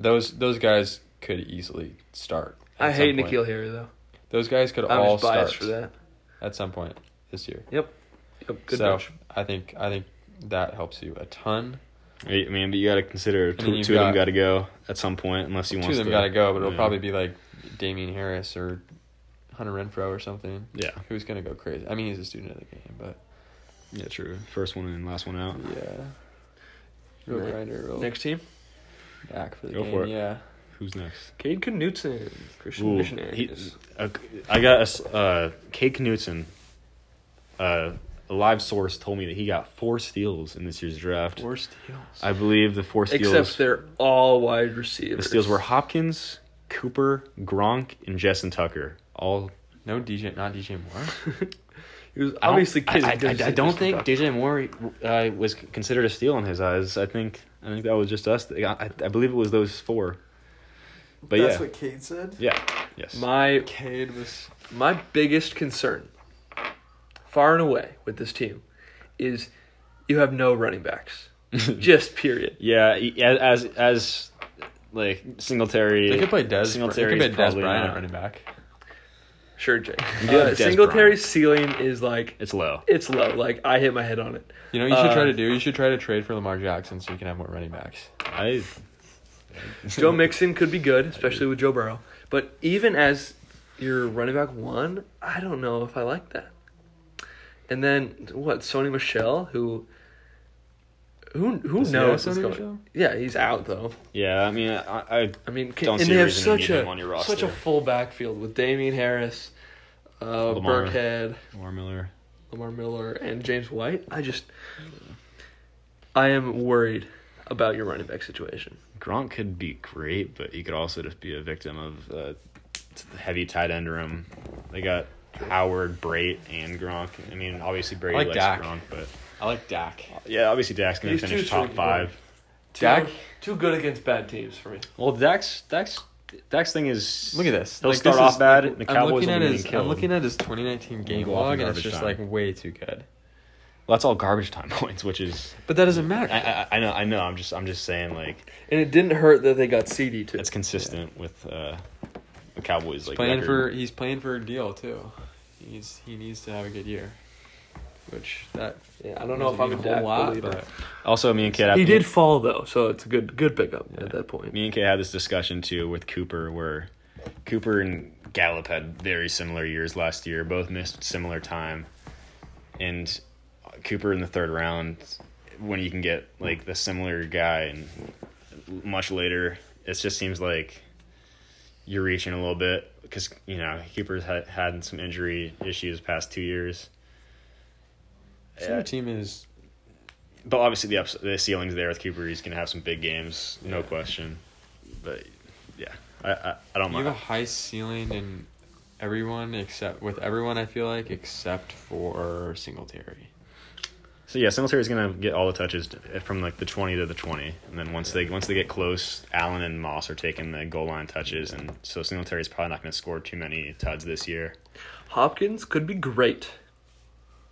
[SPEAKER 2] Those those guys could easily start. at
[SPEAKER 3] I
[SPEAKER 2] some
[SPEAKER 3] hate
[SPEAKER 2] point.
[SPEAKER 3] Nikhil Harry though.
[SPEAKER 2] Those guys could
[SPEAKER 3] I'm
[SPEAKER 2] all
[SPEAKER 3] just biased
[SPEAKER 2] start
[SPEAKER 3] for that.
[SPEAKER 2] at some point this year.
[SPEAKER 3] Yep, good
[SPEAKER 2] so
[SPEAKER 3] bench.
[SPEAKER 2] I think I think that helps you a ton.
[SPEAKER 1] I mean, but you got to consider
[SPEAKER 2] then
[SPEAKER 1] two,
[SPEAKER 2] you've
[SPEAKER 1] two of them
[SPEAKER 2] got-
[SPEAKER 1] got to go at some point, unless you
[SPEAKER 2] Two
[SPEAKER 1] want
[SPEAKER 2] of
[SPEAKER 1] to.
[SPEAKER 2] them got to go, but it'll
[SPEAKER 1] yeah.
[SPEAKER 2] probably be like Damien Harris or Hunter Renfro or something.
[SPEAKER 1] Yeah,
[SPEAKER 2] who's gonna go crazy. I mean, he's a student of the game, but
[SPEAKER 1] yeah, true. First one in, last one out.
[SPEAKER 2] yeah, real
[SPEAKER 3] Right.
[SPEAKER 2] grinder, real
[SPEAKER 3] Next team,
[SPEAKER 2] back for the
[SPEAKER 1] Go
[SPEAKER 2] game.
[SPEAKER 1] for it.
[SPEAKER 2] Yeah,
[SPEAKER 1] Who's next?
[SPEAKER 3] Cade Knutson, Christian
[SPEAKER 1] Ooh,
[SPEAKER 3] Missionaries.
[SPEAKER 1] he- uh, I got a s- uh, Kate Knutson. Uh, a live source told me that he got four steals in this year's draft.
[SPEAKER 2] four steals.
[SPEAKER 1] I believe the four steals.
[SPEAKER 3] Except they're all wide receivers.
[SPEAKER 1] The steals were Hopkins, Cooper, Gronk, and Justin Tucker. All
[SPEAKER 2] No DJ, not DJ Moore.
[SPEAKER 3] He was obviously
[SPEAKER 1] I,
[SPEAKER 3] kidding.
[SPEAKER 1] I, I, I don't think DJ Moore uh, was considered a steal in his eyes. I think I think that was just us. I, I, I believe it was those four. But
[SPEAKER 4] That's
[SPEAKER 1] yeah,
[SPEAKER 4] what Cade said.
[SPEAKER 1] yeah, yes.
[SPEAKER 3] my
[SPEAKER 2] Cade was
[SPEAKER 3] my biggest concern, far and away, with this team, is you have no running backs. Just period.
[SPEAKER 1] yeah, he- as as like Singletary.
[SPEAKER 2] they could play Des.
[SPEAKER 1] Singletary's
[SPEAKER 2] they could play Des
[SPEAKER 1] probably
[SPEAKER 2] Bryant at
[SPEAKER 1] not.
[SPEAKER 2] running back.
[SPEAKER 3] Sure, Jake.
[SPEAKER 1] do have
[SPEAKER 3] Uh,
[SPEAKER 1] Dez
[SPEAKER 3] Singletary's ceiling is like
[SPEAKER 1] It's low.
[SPEAKER 3] it's low. Like I hit my head on it.
[SPEAKER 2] You know, what you should
[SPEAKER 3] Uh,
[SPEAKER 2] try to do. You should try to trade for Lamar Jackson so you can have more running backs.
[SPEAKER 1] I
[SPEAKER 3] Joe Mixon could be good, especially with Joe Burrow. But even as your running back one, I don't know if I like that. And then what? Sony Michelle, who, who, who
[SPEAKER 2] Does he have
[SPEAKER 3] knows? what's
[SPEAKER 2] Sony
[SPEAKER 3] going-
[SPEAKER 2] Michelle?
[SPEAKER 3] Yeah, he's out though.
[SPEAKER 1] yeah. I mean, I, I
[SPEAKER 3] I mean, can,
[SPEAKER 1] Don't
[SPEAKER 3] and
[SPEAKER 1] see
[SPEAKER 3] they
[SPEAKER 1] a
[SPEAKER 3] have
[SPEAKER 1] reason to
[SPEAKER 3] such
[SPEAKER 1] need
[SPEAKER 3] a
[SPEAKER 1] him on your
[SPEAKER 3] such a
[SPEAKER 1] roster.
[SPEAKER 3] full backfield with Damien Harris, uh,
[SPEAKER 1] Lamar.
[SPEAKER 3] Burkhead,
[SPEAKER 1] Lamar Miller.
[SPEAKER 3] Lamar Miller, and James White. I just, I am worried about your running back situation.
[SPEAKER 1] Gronk could be great, but he could also just be a victim of uh, t- the heavy tight end room. They got Howard, Brait, and Gronk. I mean, obviously Brady
[SPEAKER 2] like
[SPEAKER 1] likes
[SPEAKER 2] Dak.
[SPEAKER 1] Gronk, but
[SPEAKER 2] I like Dak.
[SPEAKER 1] yeah, obviously Dak's gonna
[SPEAKER 3] These
[SPEAKER 1] finish
[SPEAKER 3] two
[SPEAKER 1] top
[SPEAKER 3] should-
[SPEAKER 1] five.
[SPEAKER 2] Dak.
[SPEAKER 3] too good against bad teams for me.
[SPEAKER 1] Well, Dak's Dak's Dak's thing is
[SPEAKER 2] Look at this.
[SPEAKER 1] He'll
[SPEAKER 2] Like,
[SPEAKER 1] start
[SPEAKER 2] this
[SPEAKER 1] off
[SPEAKER 2] is-
[SPEAKER 1] bad. and the
[SPEAKER 2] I'm
[SPEAKER 1] Cowboys
[SPEAKER 2] looking
[SPEAKER 1] will
[SPEAKER 2] at
[SPEAKER 1] be
[SPEAKER 2] his.
[SPEAKER 1] getting killed.
[SPEAKER 2] I'm looking at his 2019
[SPEAKER 1] We'll
[SPEAKER 2] game
[SPEAKER 1] go off in
[SPEAKER 2] log, and it's
[SPEAKER 1] garbage
[SPEAKER 2] just
[SPEAKER 1] time.
[SPEAKER 2] like way too good.
[SPEAKER 1] well, that's all garbage time points, which is
[SPEAKER 2] But that doesn't matter.
[SPEAKER 1] I, I, I know I know. I'm just I'm just saying like
[SPEAKER 3] And it didn't hurt that they got CD too.
[SPEAKER 1] it's consistent with uh, the Cowboys like
[SPEAKER 2] playing for
[SPEAKER 1] record.
[SPEAKER 2] he's playing for a deal too. He's he needs to have a good year, which that
[SPEAKER 3] Yeah, I don't know if I'm a
[SPEAKER 2] doesn't mean
[SPEAKER 3] Dak
[SPEAKER 2] whole lot,
[SPEAKER 3] believer.
[SPEAKER 2] but
[SPEAKER 1] Also, me and Kid have
[SPEAKER 3] He did fall though, so it's a good good pickup at that point.
[SPEAKER 1] me and Kay had this discussion too with Cooper, where Cooper and Gallup had very similar years last year, both missed similar time, and Cooper in the third round, when you can get like the similar guy and much later, it just seems like you're reaching a little bit because you know Cooper's had had some injury issues past two years.
[SPEAKER 2] this other team is
[SPEAKER 1] But obviously, the ups- the ceiling's there with Cooper. He's gonna have some big games, no question. But yeah, I I, I don't
[SPEAKER 2] you have a
[SPEAKER 1] mind.
[SPEAKER 2] high ceiling in everyone except with everyone. I feel like except for Singletary.
[SPEAKER 1] So yeah, Singletary's gonna get all the touches t- from like the twenty to the twenty, and then once they once they get close, Allen and Moss are taking the goal line touches, and so Singletary's probably not gonna score too many tuds this year.
[SPEAKER 3] Hopkins could be great,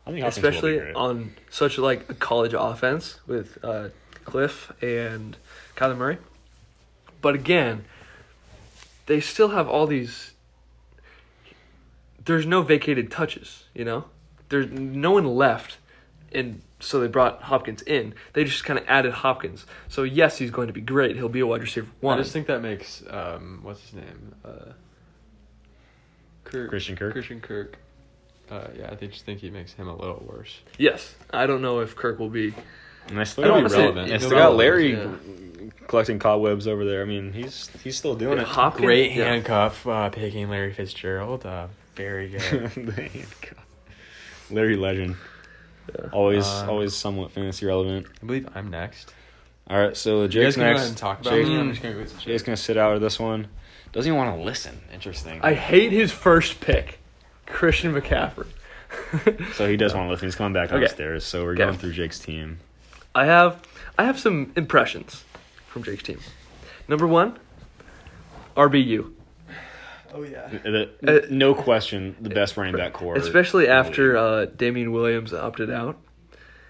[SPEAKER 1] I think Hopkins will be
[SPEAKER 3] especially
[SPEAKER 1] great.
[SPEAKER 3] on such like a college offense with uh, Cliff and Kyler Murray. But again, they still have all these. There's no vacated touches, you know. There's no one left, and so they brought Hopkins in. They just kind of added Hopkins. So yes, he's going to be great. He'll be a wide receiver one.
[SPEAKER 2] I just think that makes um what's his name uh Kirk
[SPEAKER 1] Christian Kirk?
[SPEAKER 2] Christian Kirk. Uh, yeah, I think- just think he makes him a little worse.
[SPEAKER 3] Yes, I don't know if Kirk will be.
[SPEAKER 1] and they still
[SPEAKER 3] I don't
[SPEAKER 1] got,
[SPEAKER 3] wanna say-
[SPEAKER 1] relevant. They still got
[SPEAKER 2] Irrelevant,
[SPEAKER 1] Larry
[SPEAKER 3] yeah.
[SPEAKER 1] collecting cobwebs over there. I mean, he's he's still doing
[SPEAKER 3] Yeah,
[SPEAKER 1] it.
[SPEAKER 3] Hopkins,
[SPEAKER 2] Great
[SPEAKER 3] yeah.
[SPEAKER 2] handcuff uh, picking Larry Fitzgerald. Uh, very good.
[SPEAKER 1] The handcuff. Larry Legend, always
[SPEAKER 3] Uh,
[SPEAKER 1] always somewhat fantasy relevant.
[SPEAKER 2] I believe I'm next.
[SPEAKER 1] All right, so
[SPEAKER 2] You guys
[SPEAKER 1] Jake's
[SPEAKER 2] can go ahead and
[SPEAKER 1] next.
[SPEAKER 2] talk about
[SPEAKER 1] Jake's,
[SPEAKER 2] me. I'm just gonna go to
[SPEAKER 1] Jake's gonna sit out of this one. Doesn't even want to listen. Interesting.
[SPEAKER 3] I hate his first pick, Christian McCaffrey.
[SPEAKER 1] So he does want to listen. He's coming back
[SPEAKER 3] Okay.
[SPEAKER 1] upstairs. So we're
[SPEAKER 3] Okay.
[SPEAKER 1] going through Jake's team.
[SPEAKER 3] I have I have some impressions from Jake's team. Number one, RBU,
[SPEAKER 4] Oh yeah.
[SPEAKER 1] The-
[SPEAKER 3] Uh,
[SPEAKER 1] no question, the best running back core.
[SPEAKER 3] especially after uh, Damian Williams opted out.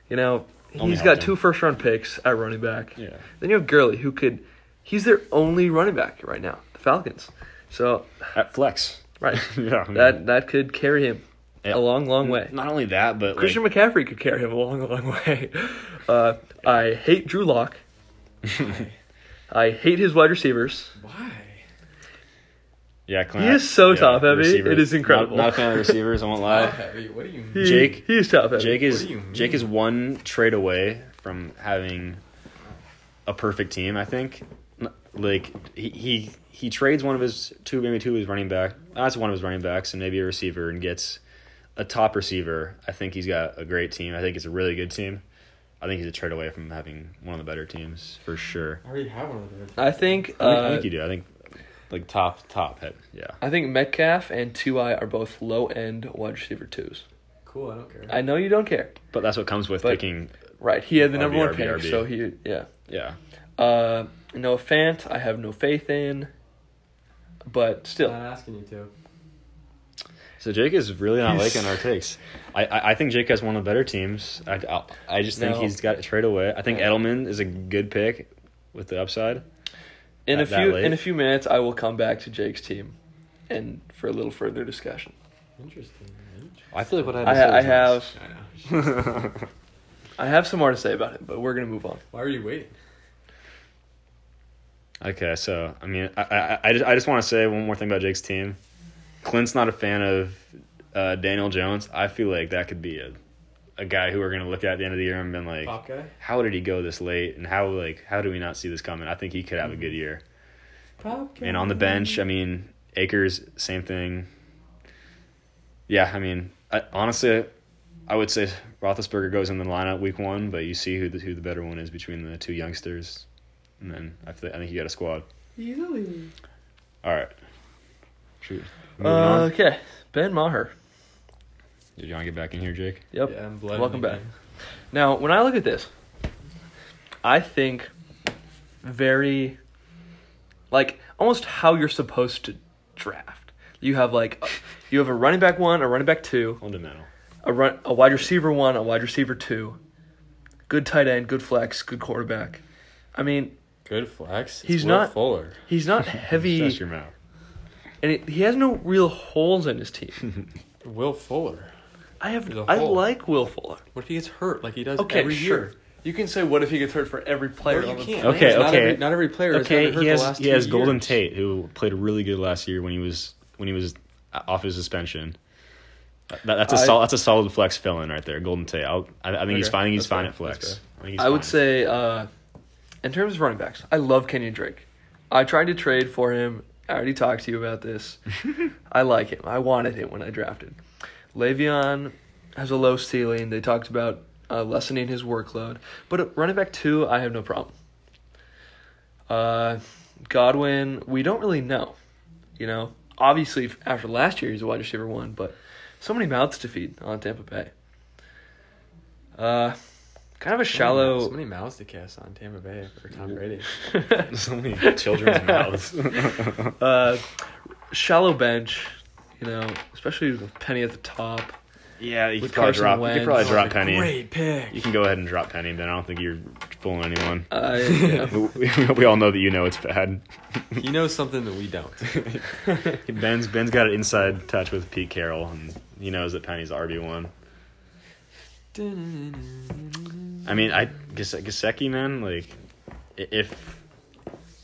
[SPEAKER 3] You know,
[SPEAKER 1] Only
[SPEAKER 3] he's got
[SPEAKER 1] helped him.
[SPEAKER 3] two first round picks at running back.
[SPEAKER 1] Yeah.
[SPEAKER 3] Then you have Gurley, who could he's their only running back right now, the Falcons. So
[SPEAKER 1] At flex.
[SPEAKER 3] right,
[SPEAKER 1] yeah. I mean,
[SPEAKER 3] that that could carry him
[SPEAKER 1] Yeah.
[SPEAKER 3] a long, long way.
[SPEAKER 1] Not only that, but like,
[SPEAKER 3] Christian McCaffrey could carry him a long, long way. Uh, I hate Drew Lock. I hate his wide receivers.
[SPEAKER 4] Why?
[SPEAKER 1] yeah, Clint,
[SPEAKER 3] He is so
[SPEAKER 1] yeah,
[SPEAKER 3] top heavy.
[SPEAKER 1] receivers.
[SPEAKER 3] It is incredible.
[SPEAKER 1] Not, not a fan of receivers. I won't lie.
[SPEAKER 2] Heavy. What do you mean?
[SPEAKER 3] Uh, He,
[SPEAKER 1] Jake-
[SPEAKER 3] he's top heavy.
[SPEAKER 1] Jake
[SPEAKER 2] What
[SPEAKER 1] is
[SPEAKER 2] do you mean?
[SPEAKER 1] Jake is one trade away from having a perfect team. I think, N- like he he, he trades one of his two maybe two of his running back. That's one of his running backs and maybe a receiver and gets a top receiver. I think he's got a great team. I think it's a really good team. I think he's a trade away from having one of the better teams for sure.
[SPEAKER 2] I already have one of those.
[SPEAKER 3] I think.
[SPEAKER 1] I think, I
[SPEAKER 3] Uh,
[SPEAKER 1] think you do. I think like top top head. Yeah.
[SPEAKER 3] I think Metcalf and Two I are both low end wide receiver twos.
[SPEAKER 2] Cool. I don't care.
[SPEAKER 3] I know you don't care.
[SPEAKER 1] But that's what comes with
[SPEAKER 3] But-
[SPEAKER 1] picking.
[SPEAKER 3] Right, he had the number
[SPEAKER 1] RB,
[SPEAKER 3] one pick,
[SPEAKER 1] RB.
[SPEAKER 3] so he yeah.
[SPEAKER 1] Yeah.
[SPEAKER 3] Uh, Noah Fant, I have no faith in, but
[SPEAKER 2] I'm
[SPEAKER 3] still,
[SPEAKER 2] not asking you to.
[SPEAKER 1] So Jake is really not
[SPEAKER 3] He's-
[SPEAKER 1] liking our takes. I, I I think Jake has one of the better teams. I I, I just think
[SPEAKER 3] No.
[SPEAKER 1] he's got a trade away. I think
[SPEAKER 3] Yeah.
[SPEAKER 1] Edelman is a good pick with the upside.
[SPEAKER 3] in a
[SPEAKER 1] Not that
[SPEAKER 3] few
[SPEAKER 1] late.
[SPEAKER 3] in a few minutes, I will come back to Jake's team, and for a little further discussion.
[SPEAKER 2] Interesting. man.
[SPEAKER 1] I feel like what
[SPEAKER 3] I, I have
[SPEAKER 2] I know.
[SPEAKER 3] I have some more to say about it, but we're gonna move on.
[SPEAKER 2] Why are you waiting?
[SPEAKER 1] Okay, so I mean, I I, I just, I just want to say one more thing about Jake's team. Clint's not a fan of uh, Daniel Jones. I feel like that could be a a guy who we're gonna look at at the end of the year and been like,
[SPEAKER 2] Pop guy?
[SPEAKER 1] how did he go this late, and how like how do we not see this coming? I think he could have a
[SPEAKER 3] Mm-hmm.
[SPEAKER 1] good year.
[SPEAKER 2] Pop guy.
[SPEAKER 1] And on the bench, I mean, Akers, same thing. Yeah, I mean, I, honestly, I would say Roethlisberger goes in the lineup week one, but you see who the who the better one is between the two youngsters, and then I, th- I think you got a squad.
[SPEAKER 2] Easily.
[SPEAKER 1] All right. Shoot. Moving
[SPEAKER 3] Uh,
[SPEAKER 1] on.
[SPEAKER 3] okay, Ben Maher.
[SPEAKER 1] Did you want to get back in here, Jake?
[SPEAKER 3] Yep.
[SPEAKER 2] Yeah, I'm blooded
[SPEAKER 3] Welcome back.
[SPEAKER 2] again.
[SPEAKER 3] Now, when I look at this, I think very like almost how you're supposed to draft. You have like you have a running back one, a running back two,
[SPEAKER 1] Fundamental.
[SPEAKER 3] a run a wide receiver one, a wide receiver two, good tight end, good flex, good quarterback. I mean,
[SPEAKER 2] Good flex. It's
[SPEAKER 3] He's
[SPEAKER 2] Will
[SPEAKER 3] not-
[SPEAKER 2] Fuller.
[SPEAKER 3] he's not
[SPEAKER 1] Shut
[SPEAKER 3] heavy,
[SPEAKER 1] your mouth.
[SPEAKER 3] and it, he has no real holes in his team.
[SPEAKER 2] Will Fuller.
[SPEAKER 3] I have
[SPEAKER 2] There's a
[SPEAKER 3] I
[SPEAKER 2] hole.
[SPEAKER 3] like Will Fuller.
[SPEAKER 2] What if he gets hurt like he does
[SPEAKER 3] Okay,
[SPEAKER 2] every
[SPEAKER 3] sure.
[SPEAKER 2] year?
[SPEAKER 3] You can say what if he gets hurt for every player.
[SPEAKER 2] No,
[SPEAKER 3] on
[SPEAKER 2] you
[SPEAKER 3] the
[SPEAKER 2] can't.
[SPEAKER 3] planet.
[SPEAKER 1] Okay,
[SPEAKER 2] Not
[SPEAKER 1] okay.
[SPEAKER 2] every- not every player has
[SPEAKER 1] Okay,
[SPEAKER 2] gotten hurt
[SPEAKER 1] he
[SPEAKER 2] the
[SPEAKER 1] has
[SPEAKER 2] last
[SPEAKER 1] he
[SPEAKER 2] two
[SPEAKER 1] has Golden
[SPEAKER 2] years.
[SPEAKER 1] Tate, who played really good last year when he was when he was off his suspension. Uh, That, that's a
[SPEAKER 3] I-
[SPEAKER 1] sol- that's a solid flex fill in right there, Golden Tate. I'll, I, I think he's
[SPEAKER 2] Okay,
[SPEAKER 1] fine. I think he's
[SPEAKER 2] that's
[SPEAKER 1] fine
[SPEAKER 2] fair,
[SPEAKER 1] at flex.
[SPEAKER 2] that's
[SPEAKER 1] I, think he's
[SPEAKER 3] I would
[SPEAKER 1] fine.
[SPEAKER 3] say, uh, in terms of running backs, I love Kenyon Drake. I tried to trade for him. I already talked to you about this. I like him. I wanted him when I drafted. Le'Veon has a low ceiling. They talked about uh, lessening his workload. But at running back two, I have no problem. Uh, Godwin, we don't really know. You know, obviously f- after last year, he's a wide receiver one, but so many mouths to feed on Tampa Bay. Uh, kind of a shallow.
[SPEAKER 2] So many mouths to cast on Tampa Bay for Tom Brady.
[SPEAKER 1] so many children's mouths.
[SPEAKER 3] uh, shallow bench, you know, especially with Penny at the top.
[SPEAKER 1] yeah, you could
[SPEAKER 3] With
[SPEAKER 1] probably
[SPEAKER 3] Carson
[SPEAKER 1] drop. You
[SPEAKER 3] Wentz.
[SPEAKER 1] could probably drop
[SPEAKER 2] Like,
[SPEAKER 1] Penny.
[SPEAKER 2] Oh, Great pick.
[SPEAKER 1] You can go ahead and drop Penny, but I don't think you're fooling anyone.
[SPEAKER 2] Uh,
[SPEAKER 3] I, yeah.
[SPEAKER 1] we, we all know that you know it's bad.
[SPEAKER 2] he knows something that we don't.
[SPEAKER 1] Ben's Ben's got an inside touch with Pete Carroll, and he knows that Penny's RB one. I mean, I Gase- Gasecki, man, like i- if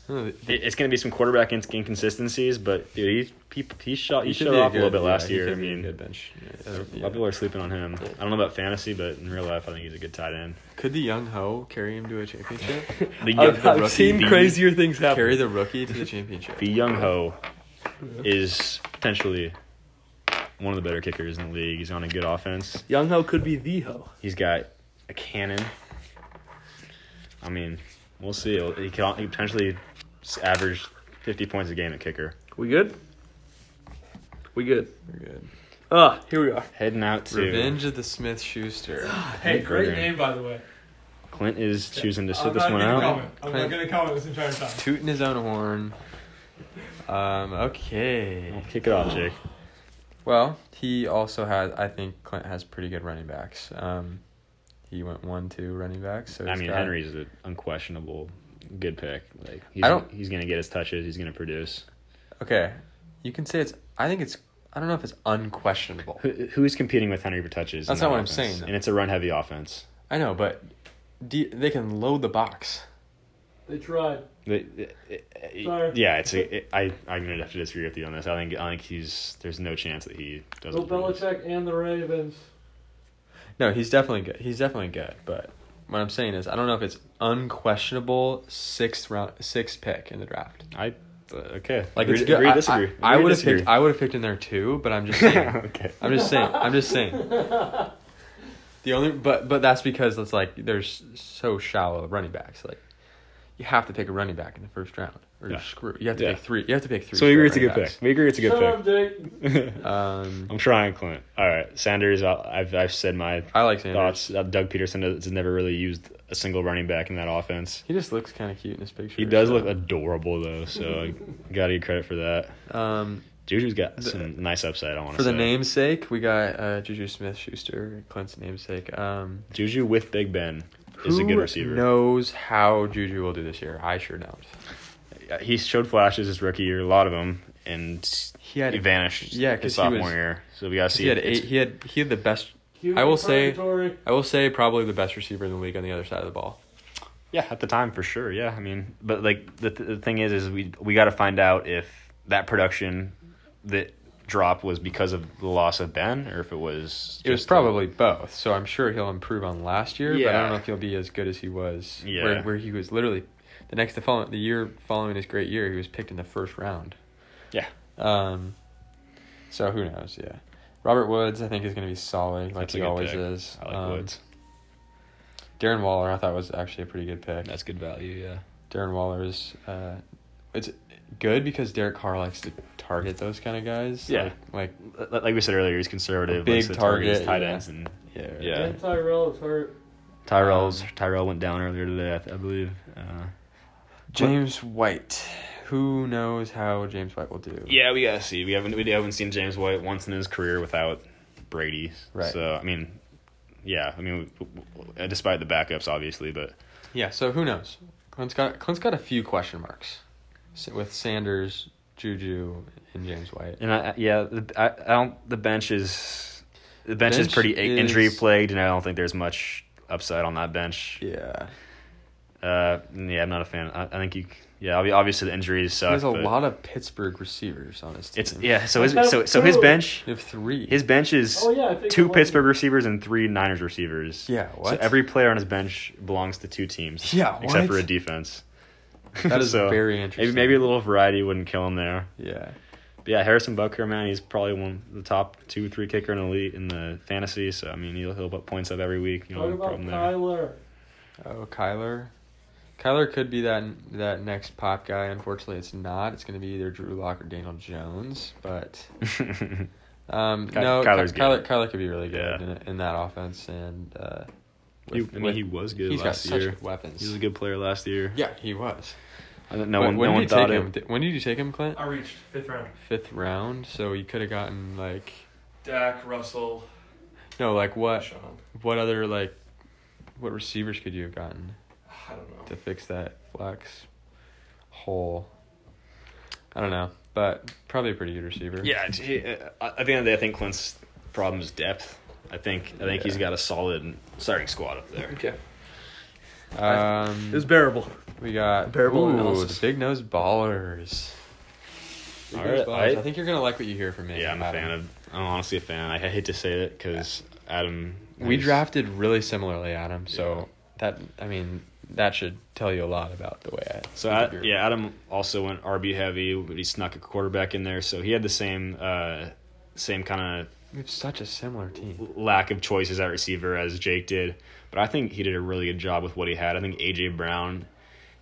[SPEAKER 2] No,
[SPEAKER 1] i- it's going to be some quarterback in- inconsistencies, but dude, he he, he shot he,
[SPEAKER 2] could
[SPEAKER 1] showed
[SPEAKER 2] be
[SPEAKER 1] off a little
[SPEAKER 2] good-
[SPEAKER 1] bit last
[SPEAKER 2] yeah, he
[SPEAKER 1] year. I
[SPEAKER 2] could be a
[SPEAKER 1] mean,
[SPEAKER 2] good bench.
[SPEAKER 1] a
[SPEAKER 2] Yeah,
[SPEAKER 1] lot of
[SPEAKER 2] yeah.
[SPEAKER 1] people are sleeping on him. I don't know about fantasy, but in real life, I think he's a good tight end.
[SPEAKER 2] Could the young ho carry him to a championship?
[SPEAKER 1] The, young-
[SPEAKER 3] I've,
[SPEAKER 1] the
[SPEAKER 3] I've
[SPEAKER 1] rookie,
[SPEAKER 3] seen
[SPEAKER 1] the-
[SPEAKER 3] crazier things happen.
[SPEAKER 2] carry the rookie to the championship.
[SPEAKER 1] The young ho is potentially one of the better kickers in the league. He's on a good offense.
[SPEAKER 3] Young Ho could be the Ho.
[SPEAKER 1] He's got a cannon. I mean, we'll see. He could he potentially s- average fifty points a game at kicker.
[SPEAKER 3] We good? We good.
[SPEAKER 2] We're good.
[SPEAKER 3] Ah, here we are.
[SPEAKER 1] Heading out to
[SPEAKER 2] Revenge of the Smith Schuster.
[SPEAKER 4] Hey,
[SPEAKER 1] Nick
[SPEAKER 4] great
[SPEAKER 1] Bergeron.
[SPEAKER 4] name by the way.
[SPEAKER 1] Clint is choosing to sit
[SPEAKER 4] I'm
[SPEAKER 1] this
[SPEAKER 4] not
[SPEAKER 1] one
[SPEAKER 4] gonna
[SPEAKER 1] out.
[SPEAKER 4] comment. I'm not gonna comment this entire time.
[SPEAKER 2] Tooting his own horn. Um, okay.
[SPEAKER 1] I'll kick it
[SPEAKER 2] Oh,
[SPEAKER 1] off, Jake.
[SPEAKER 2] Well, he also has. I think Clint has pretty good running backs. Um, he went one, two running backs. So
[SPEAKER 1] I
[SPEAKER 2] he's
[SPEAKER 1] mean,
[SPEAKER 2] got-
[SPEAKER 1] Henry's an unquestionable good pick. Like he's,
[SPEAKER 2] I don't-
[SPEAKER 1] he's gonna get his touches. He's gonna produce.
[SPEAKER 2] Okay, you can say it's. I think it's. I don't know if it's unquestionable.
[SPEAKER 1] Who, who is competing with Henry for touches? in
[SPEAKER 2] That's
[SPEAKER 1] that
[SPEAKER 2] not what I'm
[SPEAKER 1] offense?
[SPEAKER 2] saying, though.
[SPEAKER 1] And it's a run heavy offense.
[SPEAKER 2] I know, but D, they can load the box.
[SPEAKER 4] They tried.
[SPEAKER 1] The- the- it-
[SPEAKER 4] Sorry.
[SPEAKER 1] Yeah, it's a, it, I I'm gonna have to disagree with you on this. I think I think he's there's no chance that he doesn't.
[SPEAKER 4] Bill
[SPEAKER 1] produce.
[SPEAKER 4] Belichick and the Ravens.
[SPEAKER 2] No, he's definitely good. He's definitely good, but what I'm saying is, I don't know if it's unquestionable sixth round, sixth pick in the draft.
[SPEAKER 1] I uh, okay.
[SPEAKER 2] Like
[SPEAKER 1] agree,
[SPEAKER 2] it's good.
[SPEAKER 1] agree,
[SPEAKER 2] I- I-
[SPEAKER 1] disagree.
[SPEAKER 2] I,
[SPEAKER 1] Agree,
[SPEAKER 2] would have
[SPEAKER 1] disagree.
[SPEAKER 2] picked. I would have picked in there too, but I'm just saying.
[SPEAKER 1] okay.
[SPEAKER 2] I'm just saying. I'm just saying. The only, but but that's because it's like there's so shallow of running backs. Like you have to pick a running back in the first round, or
[SPEAKER 1] Yeah.
[SPEAKER 2] you're screwed. You have to
[SPEAKER 1] Yeah.
[SPEAKER 2] pick three. You have to pick three.
[SPEAKER 1] So we agree it's a
[SPEAKER 2] straight
[SPEAKER 1] good
[SPEAKER 2] running
[SPEAKER 1] pick. We agree it's a
[SPEAKER 4] Shut
[SPEAKER 1] good
[SPEAKER 4] up, Jake.
[SPEAKER 1] pick.
[SPEAKER 2] backs. Um,
[SPEAKER 1] I'm trying, Clint. All right, Sanders. I'll, I've I've said my
[SPEAKER 2] I like Sanders.
[SPEAKER 1] thoughts. Uh, Doug Peterson has never really used a single running back in that offense.
[SPEAKER 2] He just looks kind of cute in this picture.
[SPEAKER 1] He does
[SPEAKER 2] so.
[SPEAKER 1] look adorable though, so I gotta give credit for that.
[SPEAKER 2] Um,
[SPEAKER 1] Juju's got
[SPEAKER 2] The-
[SPEAKER 1] some nice upside. I want to
[SPEAKER 2] for
[SPEAKER 1] say
[SPEAKER 2] the namesake, we got uh, Juju Smith Schuster, Clint's namesake. Um,
[SPEAKER 1] Juju with Big Ben is a good
[SPEAKER 2] who
[SPEAKER 1] receiver.
[SPEAKER 2] Knows how Juju will do this year. I sure don't.
[SPEAKER 1] He showed flashes his rookie year, a lot of them, and
[SPEAKER 2] He had
[SPEAKER 1] he vanished.
[SPEAKER 2] yeah,
[SPEAKER 1] his
[SPEAKER 2] 'cause he was-
[SPEAKER 1] sophomore year. So we gotta see.
[SPEAKER 2] he had
[SPEAKER 1] if it's-
[SPEAKER 2] eight. He had he had the best.
[SPEAKER 4] Cute
[SPEAKER 2] I will say-
[SPEAKER 4] purgatory.
[SPEAKER 2] I will say probably the best receiver in the league on the other side of the ball.
[SPEAKER 1] Yeah, at the time for sure. Yeah, I mean, but like the th- the thing is, is we we got to find out if that production, that drop was because of the loss of Ben, or if it was.
[SPEAKER 2] It was
[SPEAKER 1] just a-
[SPEAKER 2] probably both. So I'm sure he'll improve on last year, but I
[SPEAKER 1] Yeah.
[SPEAKER 2] don't know if he'll be as good as he was.
[SPEAKER 1] Yeah.
[SPEAKER 2] Where, where he was literally the next the following the year following his great year, he was picked in the first round.
[SPEAKER 1] Yeah.
[SPEAKER 2] Um. So who knows? Yeah. Robert Woods, I think, is going to be solid, like
[SPEAKER 1] That's a
[SPEAKER 2] he
[SPEAKER 1] good
[SPEAKER 2] always
[SPEAKER 1] pick.
[SPEAKER 2] is.
[SPEAKER 1] I like
[SPEAKER 2] Um,
[SPEAKER 1] Woods.
[SPEAKER 2] Darren Waller, I thought was actually a pretty good pick.
[SPEAKER 1] That's good value. Yeah.
[SPEAKER 2] Darren Waller is, uh, it's good because Derek Carr likes to target those kind of guys.
[SPEAKER 1] Yeah.
[SPEAKER 2] Like, like
[SPEAKER 1] Li- Like we said earlier, he's conservative.
[SPEAKER 2] A big
[SPEAKER 1] likes to target his
[SPEAKER 2] target,
[SPEAKER 1] tight
[SPEAKER 2] yeah.
[SPEAKER 1] ends, and
[SPEAKER 2] yeah.
[SPEAKER 1] Yeah.
[SPEAKER 4] And Tyrell is hurt.
[SPEAKER 1] Tyrell's
[SPEAKER 2] Um,
[SPEAKER 1] Tyrell went down earlier today, I, th- I believe. Uh,
[SPEAKER 2] James White, who knows how James White will do?
[SPEAKER 1] yeah, we gotta see. We haven't we haven't seen James White once in his career without Brady.
[SPEAKER 2] Right.
[SPEAKER 1] So I mean, yeah, I mean, w- w- w- despite the backups, obviously, but
[SPEAKER 2] Yeah. So who knows? Clint's got Clint's got a few question marks, S- with Sanders, Juju, and James White.
[SPEAKER 1] And I, I- yeah, the, I, I don't. The bench is the bench,
[SPEAKER 2] Bench
[SPEAKER 1] is pretty
[SPEAKER 2] is-
[SPEAKER 1] injury plagued, and I don't think there's much upside on that bench.
[SPEAKER 2] Yeah.
[SPEAKER 1] Uh, yeah, I'm not a fan. I, I think you. Yeah, obvi- obviously the injuries suck.
[SPEAKER 2] There's a
[SPEAKER 1] but
[SPEAKER 2] lot of Pittsburgh receivers on his team.
[SPEAKER 1] It's yeah. So his
[SPEAKER 4] I thought
[SPEAKER 1] so so his
[SPEAKER 4] two-
[SPEAKER 1] bench
[SPEAKER 2] They have three.
[SPEAKER 1] his bench is
[SPEAKER 4] Oh yeah, I think
[SPEAKER 1] two
[SPEAKER 4] it was-
[SPEAKER 1] Pittsburgh receivers and three Niners receivers.
[SPEAKER 2] Yeah,
[SPEAKER 1] So
[SPEAKER 2] what?
[SPEAKER 1] every player on his bench belongs to two teams.
[SPEAKER 2] Yeah,
[SPEAKER 1] Except
[SPEAKER 2] what?
[SPEAKER 1] for a defense.
[SPEAKER 2] That is
[SPEAKER 1] So
[SPEAKER 2] very
[SPEAKER 1] Maybe
[SPEAKER 2] interesting.
[SPEAKER 1] maybe a little variety wouldn't kill him there.
[SPEAKER 2] Yeah.
[SPEAKER 1] But yeah, Harrison Butker, man, he's probably one of the top two, three kicker in the league in the fantasy. So I mean, he'll he'll put points up every week. You know,
[SPEAKER 4] Talk
[SPEAKER 1] no
[SPEAKER 4] about
[SPEAKER 1] problem there.
[SPEAKER 4] Kyler.
[SPEAKER 2] Oh, Kyler. Kyler could be that that next pop guy. Unfortunately, it's not. It's going to be either Drew Lock or Daniel Jones. But um,
[SPEAKER 1] Ky-
[SPEAKER 2] no,
[SPEAKER 1] Kyler's
[SPEAKER 2] Kyler's
[SPEAKER 1] good.
[SPEAKER 2] Kyler Kyler could be really good
[SPEAKER 1] Yeah.
[SPEAKER 2] in, in that offense. And uh,
[SPEAKER 1] He- I mean, he was good
[SPEAKER 2] he's
[SPEAKER 1] last
[SPEAKER 2] got such
[SPEAKER 1] year.
[SPEAKER 2] weapons.
[SPEAKER 1] he was a good player last year.
[SPEAKER 2] yeah, he was.
[SPEAKER 1] I don't- no
[SPEAKER 2] When-
[SPEAKER 1] one, no
[SPEAKER 2] when did
[SPEAKER 1] one
[SPEAKER 2] you
[SPEAKER 1] thought
[SPEAKER 2] take him?
[SPEAKER 1] it.
[SPEAKER 2] Di- When did you take him, Clint?
[SPEAKER 3] I reached fifth round.
[SPEAKER 2] Fifth round. So you could have gotten like
[SPEAKER 3] Dak, Russell,
[SPEAKER 2] no, like what?
[SPEAKER 3] Sean.
[SPEAKER 2] What other like? What receivers could you have gotten?
[SPEAKER 3] I don't know.
[SPEAKER 2] to fix that flex hole. I don't know, but probably a pretty good receiver.
[SPEAKER 1] Yeah, it's- he- uh, at the end of the day, I think Clint's problem is depth. I think I think he's
[SPEAKER 2] Yeah.
[SPEAKER 1] got a solid starting squad up there.
[SPEAKER 3] Okay.
[SPEAKER 2] Um,
[SPEAKER 3] It was bearable.
[SPEAKER 2] we got
[SPEAKER 3] Bearable
[SPEAKER 2] ooh,
[SPEAKER 3] analysis.
[SPEAKER 2] the big nose ballers. Big
[SPEAKER 1] All right,
[SPEAKER 2] Nose Ballers.
[SPEAKER 1] I-
[SPEAKER 2] I think you're gonna like what you hear from me.
[SPEAKER 1] Yeah, I'm a
[SPEAKER 2] Adam.
[SPEAKER 1] fan of. I'm honestly a fan. I hate to say it because Adam.
[SPEAKER 2] We
[SPEAKER 1] he's-
[SPEAKER 2] drafted really similarly, Adam.
[SPEAKER 1] Yeah.
[SPEAKER 2] So that I mean that should tell you a lot about the way I.
[SPEAKER 1] So
[SPEAKER 2] think
[SPEAKER 1] I,
[SPEAKER 2] you're-
[SPEAKER 1] yeah, Adam also went RB heavy, but he snuck a quarterback in there, so he had the same uh, same kind
[SPEAKER 2] we have such a similar team.
[SPEAKER 1] of lack of choices at receiver as Jake did. But I think he did a really good job with what he had. I think AJ Brown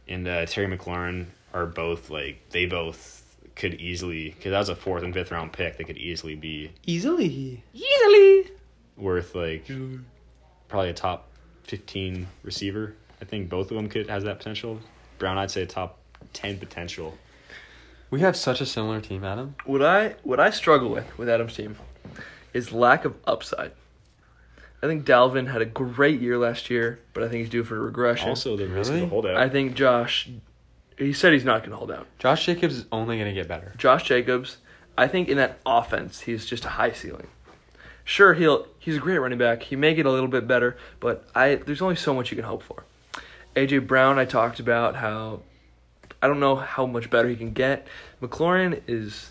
[SPEAKER 1] and uh, Terry McLaurin are both like they both could easily because that was a fourth and fifth round pick that could easily be
[SPEAKER 3] Easily.
[SPEAKER 1] worth like probably a top fifteen receiver. I think both of them could has that potential. Brown, I'd say top ten potential.
[SPEAKER 2] We have such a similar team, Adam.
[SPEAKER 3] What I what I struggle with with Adam's team is lack of upside. I think Dalvin had a great year last year, but I think he's due for a regression.
[SPEAKER 1] Also, the risk of a
[SPEAKER 2] Really?
[SPEAKER 1] holdout.
[SPEAKER 3] I think Josh. He said he's not going to hold out.
[SPEAKER 2] Josh Jacobs is only going to get better.
[SPEAKER 3] Josh Jacobs. I think in that offense, he's just a high ceiling. Sure, he'll he's a great running back. He may get a little bit better, but I there's only so much you can hope for. AJ Brown, I talked about how I don't know how much better he can get. McLaurin is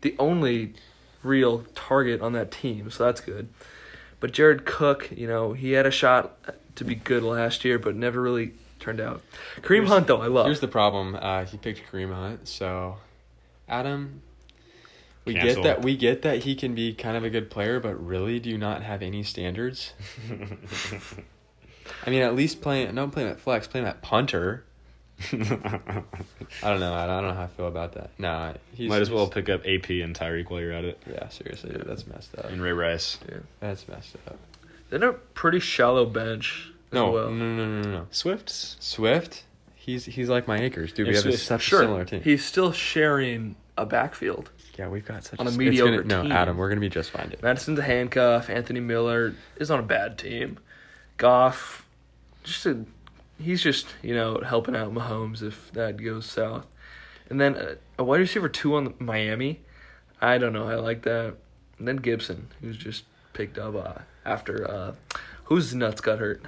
[SPEAKER 3] the only real target on that team, so that's good. But Jared Cook, you know, he had a shot to be good last year, but never really turned out. Kareem
[SPEAKER 2] Here's-
[SPEAKER 3] Hunt, though, I love.
[SPEAKER 2] Here's the problem. Uh, he picked Kareem Hunt, so Adam, we
[SPEAKER 1] Cancel.
[SPEAKER 2] get that we get that he can be kind of a good player, but really, do you not have any standards? I mean, at least play. No, play him at flex. Play him at punter. I don't know. Adam, I don't know how I feel about that. No, he's
[SPEAKER 1] Might as well
[SPEAKER 2] he's-
[SPEAKER 1] pick up AP and Tyreek while you're at it,
[SPEAKER 2] Yeah, seriously, dude, that's messed up.
[SPEAKER 1] and Ray Rice.
[SPEAKER 2] That's messed up.
[SPEAKER 3] They're a pretty shallow bench. as
[SPEAKER 2] No,
[SPEAKER 3] well.
[SPEAKER 2] no, no, no, no, no.
[SPEAKER 1] Swift's
[SPEAKER 2] Swift, he's he's like my Akers, dude.
[SPEAKER 1] Yeah,
[SPEAKER 2] We have a
[SPEAKER 1] Swift-
[SPEAKER 2] such a
[SPEAKER 3] Sure.
[SPEAKER 2] similar team.
[SPEAKER 3] He's still sharing a backfield.
[SPEAKER 2] yeah, we've got such
[SPEAKER 3] on a
[SPEAKER 2] s- it's
[SPEAKER 3] mediocre
[SPEAKER 2] gonna-
[SPEAKER 3] team.
[SPEAKER 2] No, Adam, we're gonna be just fine. Dude.
[SPEAKER 3] Madison's a handcuff. Anthony Miller is on a bad team. Goff, just a, he's just you know helping out Mahomes if that goes south. And then a, a wide receiver two on Miami. I don't know. I like that. And then Gibson, who's just picked up uh, after uh, whose nuts got hurt.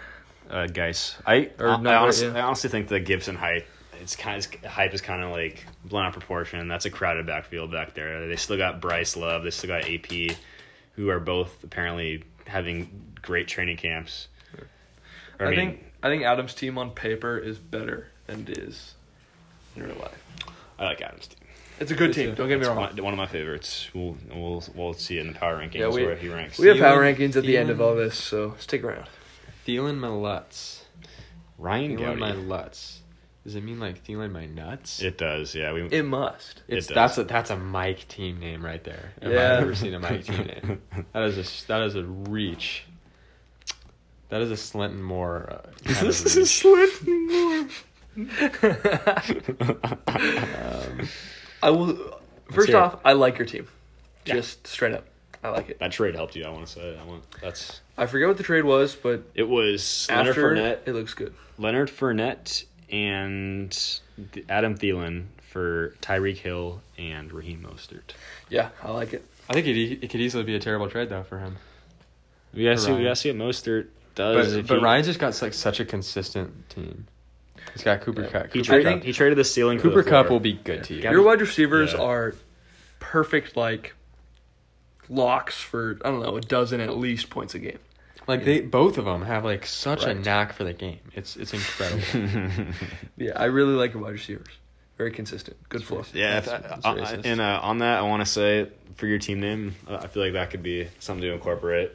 [SPEAKER 1] uh, guys. I
[SPEAKER 3] Or
[SPEAKER 1] I,
[SPEAKER 3] number,
[SPEAKER 1] I honestly,
[SPEAKER 3] yeah.
[SPEAKER 1] I honestly think the Gibson hype, it's kind of, hype is kind of like blown out of proportion. That's a crowded backfield back there. They still got Bryce Love. They still got AP, who are both apparently having great training camps. Or,
[SPEAKER 3] I,
[SPEAKER 1] I, mean,
[SPEAKER 3] think I think Adam's team on paper is better than it is in real life.
[SPEAKER 1] I like Adams. Team.
[SPEAKER 3] It's a good
[SPEAKER 2] It's
[SPEAKER 3] team.
[SPEAKER 2] a-
[SPEAKER 3] Don't get me
[SPEAKER 1] It's
[SPEAKER 3] wrong.
[SPEAKER 1] my, one of my favorites. We'll we'll we'll see in the power rankings
[SPEAKER 3] Yeah, we-
[SPEAKER 1] where he ranks.
[SPEAKER 3] We have
[SPEAKER 2] Thielen-
[SPEAKER 3] power rankings at the end of
[SPEAKER 2] Thielen-
[SPEAKER 3] all this, so stick around.
[SPEAKER 2] Thielen my Lutz.
[SPEAKER 1] Ryan
[SPEAKER 2] Thielen my
[SPEAKER 1] Gowdy.
[SPEAKER 2] Lutz. Does it mean like Thielen my nuts?
[SPEAKER 1] It does. Yeah, we.
[SPEAKER 3] It must.
[SPEAKER 2] it's
[SPEAKER 1] does.
[SPEAKER 2] that's a that's a Mike team name right there. If
[SPEAKER 3] Yeah.
[SPEAKER 2] I've ever seen a Mike team name. That is a s- that is a reach. That is a Slinton Moore. Uh, kind of reach.
[SPEAKER 3] Um, I will. First
[SPEAKER 2] hear it.
[SPEAKER 3] off, I like your team.
[SPEAKER 1] Yeah.
[SPEAKER 3] Just straight up, I like it.
[SPEAKER 1] that trade helped you. I want to say. I want. That's.
[SPEAKER 3] I forget what the trade was, but
[SPEAKER 1] It was Leonard
[SPEAKER 3] after
[SPEAKER 1] Fournette
[SPEAKER 3] it looks good.
[SPEAKER 1] Leonard Fournette and Th- Adam Thielen for Tyreek Hill and Raheem Mostert.
[SPEAKER 3] Yeah, I like it.
[SPEAKER 2] I think it e- it could easily be a terrible trade though for him.
[SPEAKER 1] We gotta
[SPEAKER 2] For
[SPEAKER 1] see. We
[SPEAKER 2] Ryan.
[SPEAKER 1] gotta see what Mostert does.
[SPEAKER 2] But,
[SPEAKER 1] if
[SPEAKER 2] but
[SPEAKER 1] he,
[SPEAKER 2] Ryan's just got like such a consistent team. He's got Cooper
[SPEAKER 3] Yeah.
[SPEAKER 2] Cup.
[SPEAKER 1] he,
[SPEAKER 2] Cooper
[SPEAKER 1] traded,
[SPEAKER 2] Cup.
[SPEAKER 1] he traded the ceiling. for
[SPEAKER 2] Cooper
[SPEAKER 1] the
[SPEAKER 2] Cup
[SPEAKER 1] floor.
[SPEAKER 2] will be good to you.
[SPEAKER 3] Your wide receivers
[SPEAKER 1] Yeah.
[SPEAKER 3] are perfect, like locks for I don't know a dozen at least points a game.
[SPEAKER 2] Like they both of them have like such a
[SPEAKER 3] Correct.
[SPEAKER 2] knack for the game. It's it's incredible.
[SPEAKER 3] Yeah, I really like your wide receivers. Very consistent, good flow.
[SPEAKER 1] Yeah, if,
[SPEAKER 2] That's- that's
[SPEAKER 1] uh,
[SPEAKER 2] racist.
[SPEAKER 1] and uh, on that, I want to say for your team name, uh, I feel like that could be something to incorporate.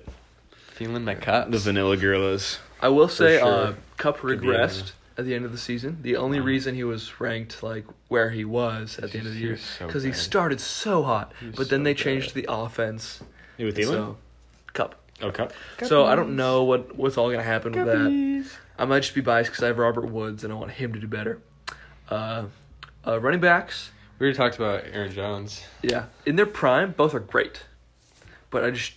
[SPEAKER 2] Feeling my cups.
[SPEAKER 1] The Vanilla Gorillas.
[SPEAKER 3] I will say,
[SPEAKER 2] sure.
[SPEAKER 3] uh, Cup
[SPEAKER 1] be another.
[SPEAKER 3] regressed at the end of the season. The only reason he was ranked like where he was at the end of the
[SPEAKER 2] He
[SPEAKER 3] year
[SPEAKER 2] was so
[SPEAKER 3] because he
[SPEAKER 2] bad.
[SPEAKER 3] started so hot,
[SPEAKER 2] He was
[SPEAKER 3] but then
[SPEAKER 2] so
[SPEAKER 3] they changed
[SPEAKER 2] bad.
[SPEAKER 3] the offense.
[SPEAKER 1] Hey, with
[SPEAKER 3] and
[SPEAKER 1] Thielen.
[SPEAKER 3] So, Cup.
[SPEAKER 1] Oh, Cup.
[SPEAKER 3] So I don't know what what's all gonna happen with that. I might just be biased because I have Robert Woods and I want him to do better. Uh, uh, running backs,
[SPEAKER 2] We already talked about Aaron Jones.
[SPEAKER 3] yeah, in their prime, both are great, but I just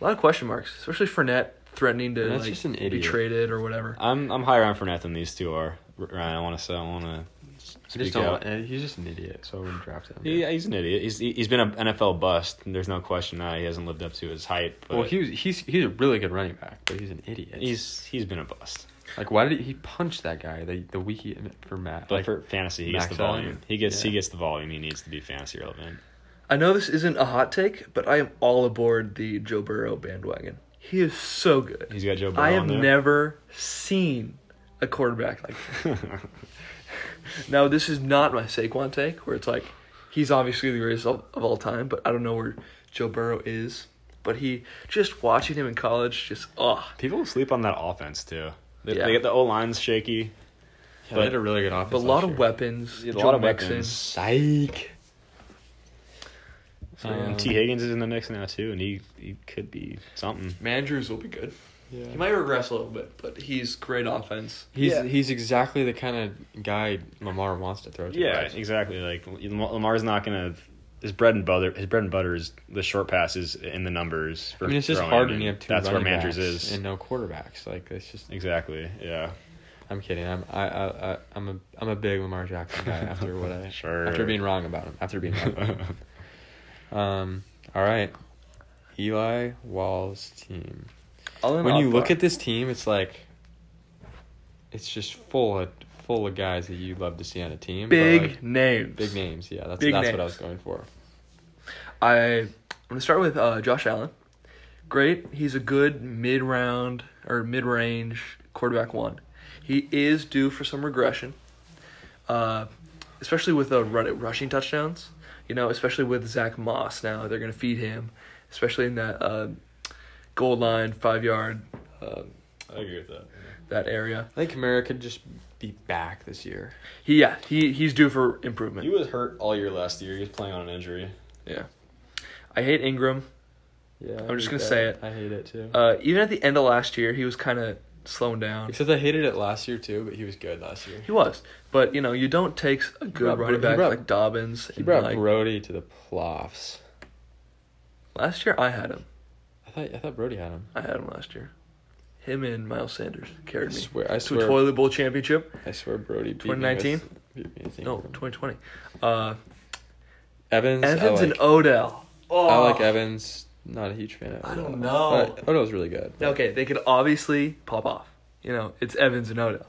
[SPEAKER 3] a lot of question marks, especially Fournette threatening to
[SPEAKER 2] That's
[SPEAKER 3] like
[SPEAKER 2] just an
[SPEAKER 3] be
[SPEAKER 2] idiot.
[SPEAKER 3] traded or whatever.
[SPEAKER 1] I'm I'm higher on Fournette than these two are. R- Ryan, I want to say I want to
[SPEAKER 2] I just
[SPEAKER 1] speak
[SPEAKER 2] don't.
[SPEAKER 1] out.
[SPEAKER 2] want- eh, he's just an idiot, so I wouldn't draft him.
[SPEAKER 1] Yeah, he's an idiot. He's he- he's been an NFL bust. And there's no question that he hasn't lived up to his hype. But
[SPEAKER 2] well, he was, he's he's a really good running back, but he's an idiot.
[SPEAKER 1] he's he's been a bust.
[SPEAKER 2] like, why did he, he punch that guy the the week he, for Matt?
[SPEAKER 1] But
[SPEAKER 2] like,
[SPEAKER 1] for fantasy, he gets the
[SPEAKER 2] max out.
[SPEAKER 1] volume. He gets he
[SPEAKER 2] Yeah.
[SPEAKER 1] gets the volume he needs to be fantasy relevant.
[SPEAKER 3] I know this isn't a hot take, but I am all aboard the Joe Burrow bandwagon. He is so good.
[SPEAKER 1] He's got Joe Burrow.
[SPEAKER 3] I have
[SPEAKER 1] on there.
[SPEAKER 3] never seen a quarterback like that. now, this is not my Saquon take, where it's like he's obviously the greatest of, of all time, but I don't know where Joe Burrow is. But he just watching him in college, just oh,
[SPEAKER 1] People sleep on that offense too. They,
[SPEAKER 3] Yeah.
[SPEAKER 1] they get the O line's shaky.
[SPEAKER 2] yeah, they had a really good offense.
[SPEAKER 3] but a lot of weapons.
[SPEAKER 1] They get A
[SPEAKER 3] Joe
[SPEAKER 1] lot of
[SPEAKER 3] Mixon.
[SPEAKER 1] weapons.
[SPEAKER 2] Psych.
[SPEAKER 1] So
[SPEAKER 2] Um,
[SPEAKER 1] and T Higgins is in the mix now too, and he, he could be something.
[SPEAKER 3] Mandrews will be good. He
[SPEAKER 2] Yeah.
[SPEAKER 3] might regress a little bit, but he's great offense.
[SPEAKER 2] He's
[SPEAKER 1] Yeah.
[SPEAKER 2] he's exactly the kind of guy Lamar wants to throw to.
[SPEAKER 1] Yeah,
[SPEAKER 2] right?
[SPEAKER 1] exactly. Like Lam- Lamar's not gonna his bread and butter. His bread and butter is the short passes and the numbers. For
[SPEAKER 2] I mean, it's just
[SPEAKER 1] throwing,
[SPEAKER 2] hard when
[SPEAKER 1] and
[SPEAKER 2] you have two
[SPEAKER 1] That's where
[SPEAKER 2] running
[SPEAKER 1] Mandrews
[SPEAKER 2] backs
[SPEAKER 1] is.
[SPEAKER 2] and no quarterbacks. Like it's just.
[SPEAKER 1] exactly. Yeah.
[SPEAKER 2] I'm kidding. I'm I, I I I'm a I'm a big Lamar Jackson guy after what I
[SPEAKER 1] Sure.
[SPEAKER 2] after being wrong about him after being wrong. About him. um. All right. Eli Wall's team. When you look at this team, it's like. It's just full of full of guys that you love to see on a team. but,
[SPEAKER 3] big
[SPEAKER 2] like,
[SPEAKER 3] names,
[SPEAKER 2] big names. Yeah, that's
[SPEAKER 3] Big
[SPEAKER 2] that's what I
[SPEAKER 3] names.
[SPEAKER 2] was going for.
[SPEAKER 3] I I'm gonna start with uh, Josh Allen. Great, he's a good mid round or mid range quarterback one. He is due for some regression, uh, especially with the run- rushing touchdowns. You know, especially with Zach Moss now, they're gonna feed him, especially in that uh, goal line five yard uh,
[SPEAKER 1] I agree with that.
[SPEAKER 3] that area.
[SPEAKER 2] I think Kamara could just be back this year.
[SPEAKER 3] He yeah he he's due for improvement.
[SPEAKER 1] was hurt all year last year. He was playing on an injury.
[SPEAKER 3] yeah, I hate Ingram.
[SPEAKER 2] Yeah,
[SPEAKER 3] I'm just gonna say it.
[SPEAKER 2] I hate it too.
[SPEAKER 3] Uh, even at the end of last year, he was kind of slowing down.
[SPEAKER 2] Except I hated it last year too, but he was good last year.
[SPEAKER 3] He was, but you know, you don't take a good
[SPEAKER 2] brought-
[SPEAKER 3] running
[SPEAKER 2] he
[SPEAKER 3] back
[SPEAKER 2] brought-
[SPEAKER 3] like Dobbins.
[SPEAKER 2] He
[SPEAKER 3] and,
[SPEAKER 2] brought
[SPEAKER 3] like,
[SPEAKER 2] Brody to the playoffs.
[SPEAKER 3] last year, I had him.
[SPEAKER 2] I thought I thought Brody had him.
[SPEAKER 3] I had him last year. Him and Miles Sanders
[SPEAKER 2] I
[SPEAKER 3] carried me
[SPEAKER 2] swear, I
[SPEAKER 3] to a
[SPEAKER 2] swear,
[SPEAKER 3] toilet bowl championship.
[SPEAKER 2] I swear, Brody. beat me
[SPEAKER 3] 2019?
[SPEAKER 2] with- beat me with
[SPEAKER 3] No,
[SPEAKER 2] Ingram.
[SPEAKER 3] 2020. Uh,
[SPEAKER 2] Evans. I
[SPEAKER 3] Evans
[SPEAKER 2] like,
[SPEAKER 3] and Odell. Oh,
[SPEAKER 2] I like Evans. Not a huge fan of.
[SPEAKER 3] I
[SPEAKER 2] Odell.
[SPEAKER 3] don't know.
[SPEAKER 2] But Odell's really good. but-
[SPEAKER 3] Okay, they could obviously pop off. You know, it's Evans and Odell,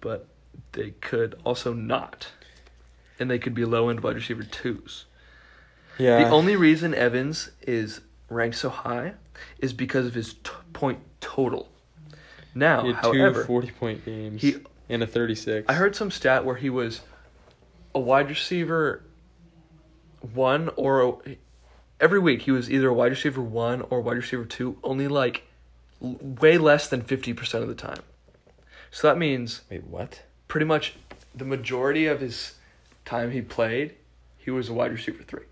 [SPEAKER 3] but they could also not, and they could be low end wide receiver twos.
[SPEAKER 2] Yeah.
[SPEAKER 3] The only reason Evans is ranked so high is because of his t- point total. Now,
[SPEAKER 2] he had two
[SPEAKER 3] however,
[SPEAKER 2] 40 point games
[SPEAKER 3] he
[SPEAKER 2] and a 36.
[SPEAKER 3] I heard some stat where he was a wide receiver one or a, every week he was either a wide receiver one or wide receiver two, only like l- way less than 50% of the time. So that means
[SPEAKER 2] Wait, what?
[SPEAKER 3] pretty much the majority of his time he played, he was a wide receiver three.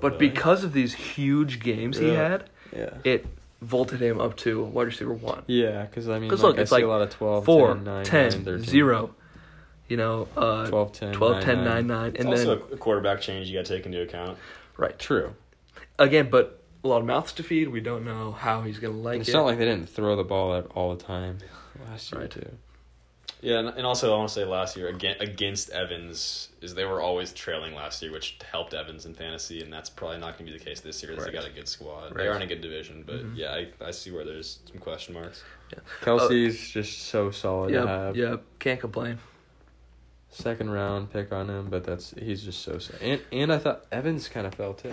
[SPEAKER 3] But because of these huge games he
[SPEAKER 2] Really?
[SPEAKER 3] had,
[SPEAKER 2] Oh, Yeah.
[SPEAKER 3] it vaulted him up to wide receiver one.
[SPEAKER 2] Yeah, because I mean, like,
[SPEAKER 3] 'Cause look,
[SPEAKER 2] I
[SPEAKER 3] it's
[SPEAKER 2] see a
[SPEAKER 3] like
[SPEAKER 2] lot of 12,
[SPEAKER 3] Four,
[SPEAKER 2] 10, 9, 9,
[SPEAKER 3] 10,
[SPEAKER 2] 13.
[SPEAKER 3] 0, you know, uh, 12,
[SPEAKER 2] 12, 10,
[SPEAKER 3] 10,
[SPEAKER 2] 9,
[SPEAKER 3] 9, 9, and then,
[SPEAKER 1] a quarterback change you got to take into account.
[SPEAKER 3] right.
[SPEAKER 2] True.
[SPEAKER 3] Again, but a lot of mouths to feed. We don't know how he's going to like
[SPEAKER 2] It's
[SPEAKER 3] it.
[SPEAKER 2] not like they didn't throw the ball at all the time last year
[SPEAKER 3] Right.
[SPEAKER 2] too.
[SPEAKER 1] Yeah, and, and also I want to say last year against, against Evans is they were always trailing last year, which helped Evans in fantasy, and that's probably not going to be the case this year. 'cause
[SPEAKER 3] Right.
[SPEAKER 1] They got a good squad.
[SPEAKER 3] Right.
[SPEAKER 1] They are in a good division, but
[SPEAKER 2] Mm-hmm.
[SPEAKER 1] yeah, I, I see where there's some question marks.
[SPEAKER 3] Oh.
[SPEAKER 2] Kelsey's just so solid to
[SPEAKER 3] yeah,
[SPEAKER 2] have.
[SPEAKER 3] yeah, can't complain.
[SPEAKER 2] Second round pick on him, but that's he's just so solid. And and I thought Evans kind of fell too.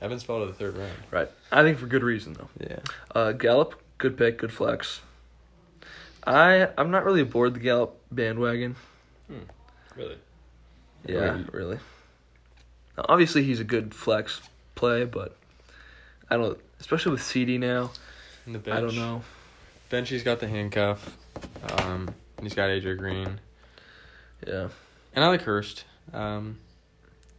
[SPEAKER 2] Evans fell to the third round.
[SPEAKER 3] Right. I think for good reason, though.
[SPEAKER 2] Yeah.
[SPEAKER 3] Uh, Gallup, good pick, good flex. I, I'm not really aboard the Gallup bandwagon.
[SPEAKER 1] Really,
[SPEAKER 3] Yeah,
[SPEAKER 2] Right.
[SPEAKER 3] really. Now, obviously, he's a good flex play, but I don't. Especially with CD now,
[SPEAKER 2] And the bench.
[SPEAKER 3] I don't know.
[SPEAKER 2] Benchy's got the handcuff. Um, and he's got AJ Green.
[SPEAKER 3] Yeah,
[SPEAKER 2] And I like Hurst. Um,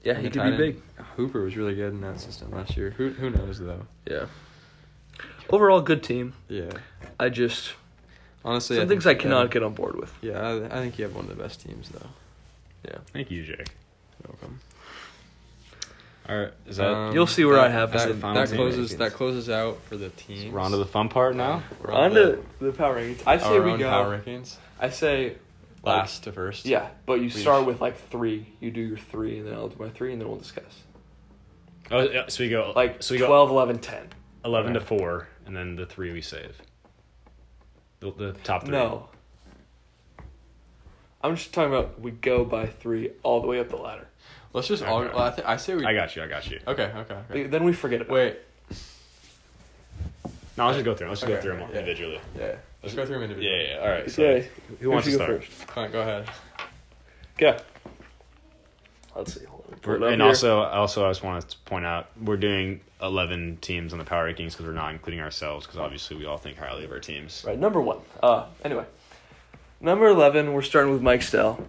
[SPEAKER 3] yeah,
[SPEAKER 2] and the
[SPEAKER 3] he could
[SPEAKER 2] tight
[SPEAKER 3] be
[SPEAKER 2] end.
[SPEAKER 3] big.
[SPEAKER 2] Hooper was really good in that system last year. Who who knows though?
[SPEAKER 3] Yeah. Overall, good team.
[SPEAKER 2] Yeah.
[SPEAKER 3] I just
[SPEAKER 2] Honestly,
[SPEAKER 3] some things I
[SPEAKER 2] think- uh,
[SPEAKER 3] cannot get on board with.
[SPEAKER 2] Yeah, I, I think you have one of the best teams though.
[SPEAKER 1] thank you, Jake.
[SPEAKER 2] You're welcome.
[SPEAKER 1] All right, is that
[SPEAKER 2] Um,
[SPEAKER 3] You'll see where I
[SPEAKER 2] that-
[SPEAKER 3] have
[SPEAKER 1] as
[SPEAKER 2] that,
[SPEAKER 1] the final
[SPEAKER 2] that
[SPEAKER 1] team
[SPEAKER 2] closes.
[SPEAKER 1] rankings.
[SPEAKER 2] That closes out for the team.
[SPEAKER 1] round of the fun part now?
[SPEAKER 2] We're
[SPEAKER 3] On
[SPEAKER 2] on
[SPEAKER 3] to
[SPEAKER 2] the-
[SPEAKER 3] the power rankings. I say
[SPEAKER 2] our
[SPEAKER 3] we
[SPEAKER 2] own
[SPEAKER 3] go.
[SPEAKER 2] power rankings.
[SPEAKER 3] I say
[SPEAKER 2] Last to first.
[SPEAKER 3] yeah, but you
[SPEAKER 2] Please.
[SPEAKER 3] start with like three. You do your three, and then I'll do my three, and then we'll discuss.
[SPEAKER 1] Oh, yeah, so we go
[SPEAKER 3] Like
[SPEAKER 1] so we go
[SPEAKER 3] 12, 11, 10.
[SPEAKER 1] 11 to 4 and then the 3 we save. The, the top 3.
[SPEAKER 3] No. I'm just talking about we go by three all the way up the ladder.
[SPEAKER 2] Let's just all.
[SPEAKER 1] Okay.
[SPEAKER 2] well, I, th- I say we.
[SPEAKER 1] I got you. I got you.
[SPEAKER 2] Okay. Okay. okay.
[SPEAKER 3] Then we forget about
[SPEAKER 2] Wait.
[SPEAKER 1] No, let's just go through. 'em. Let's just go
[SPEAKER 2] Okay,
[SPEAKER 1] through them
[SPEAKER 2] yeah.
[SPEAKER 1] individually.
[SPEAKER 2] Yeah. Let's go through them
[SPEAKER 1] Yeah,
[SPEAKER 2] individually.
[SPEAKER 1] yeah, yeah. All right.
[SPEAKER 3] it.
[SPEAKER 1] So
[SPEAKER 3] Okay.
[SPEAKER 1] who wants to
[SPEAKER 3] should go
[SPEAKER 1] start?
[SPEAKER 3] first?
[SPEAKER 2] Clint, go ahead.
[SPEAKER 3] Okay. Let's see. Hold on. Pull it up
[SPEAKER 1] and
[SPEAKER 3] here.
[SPEAKER 1] also, also, I just want to point out we're doing eleven teams on the power rankings because we're not including ourselves because obviously we all think highly of our teams.
[SPEAKER 3] Right, number one. Uh, anyway, number eleven. We're starting with Mike Stell.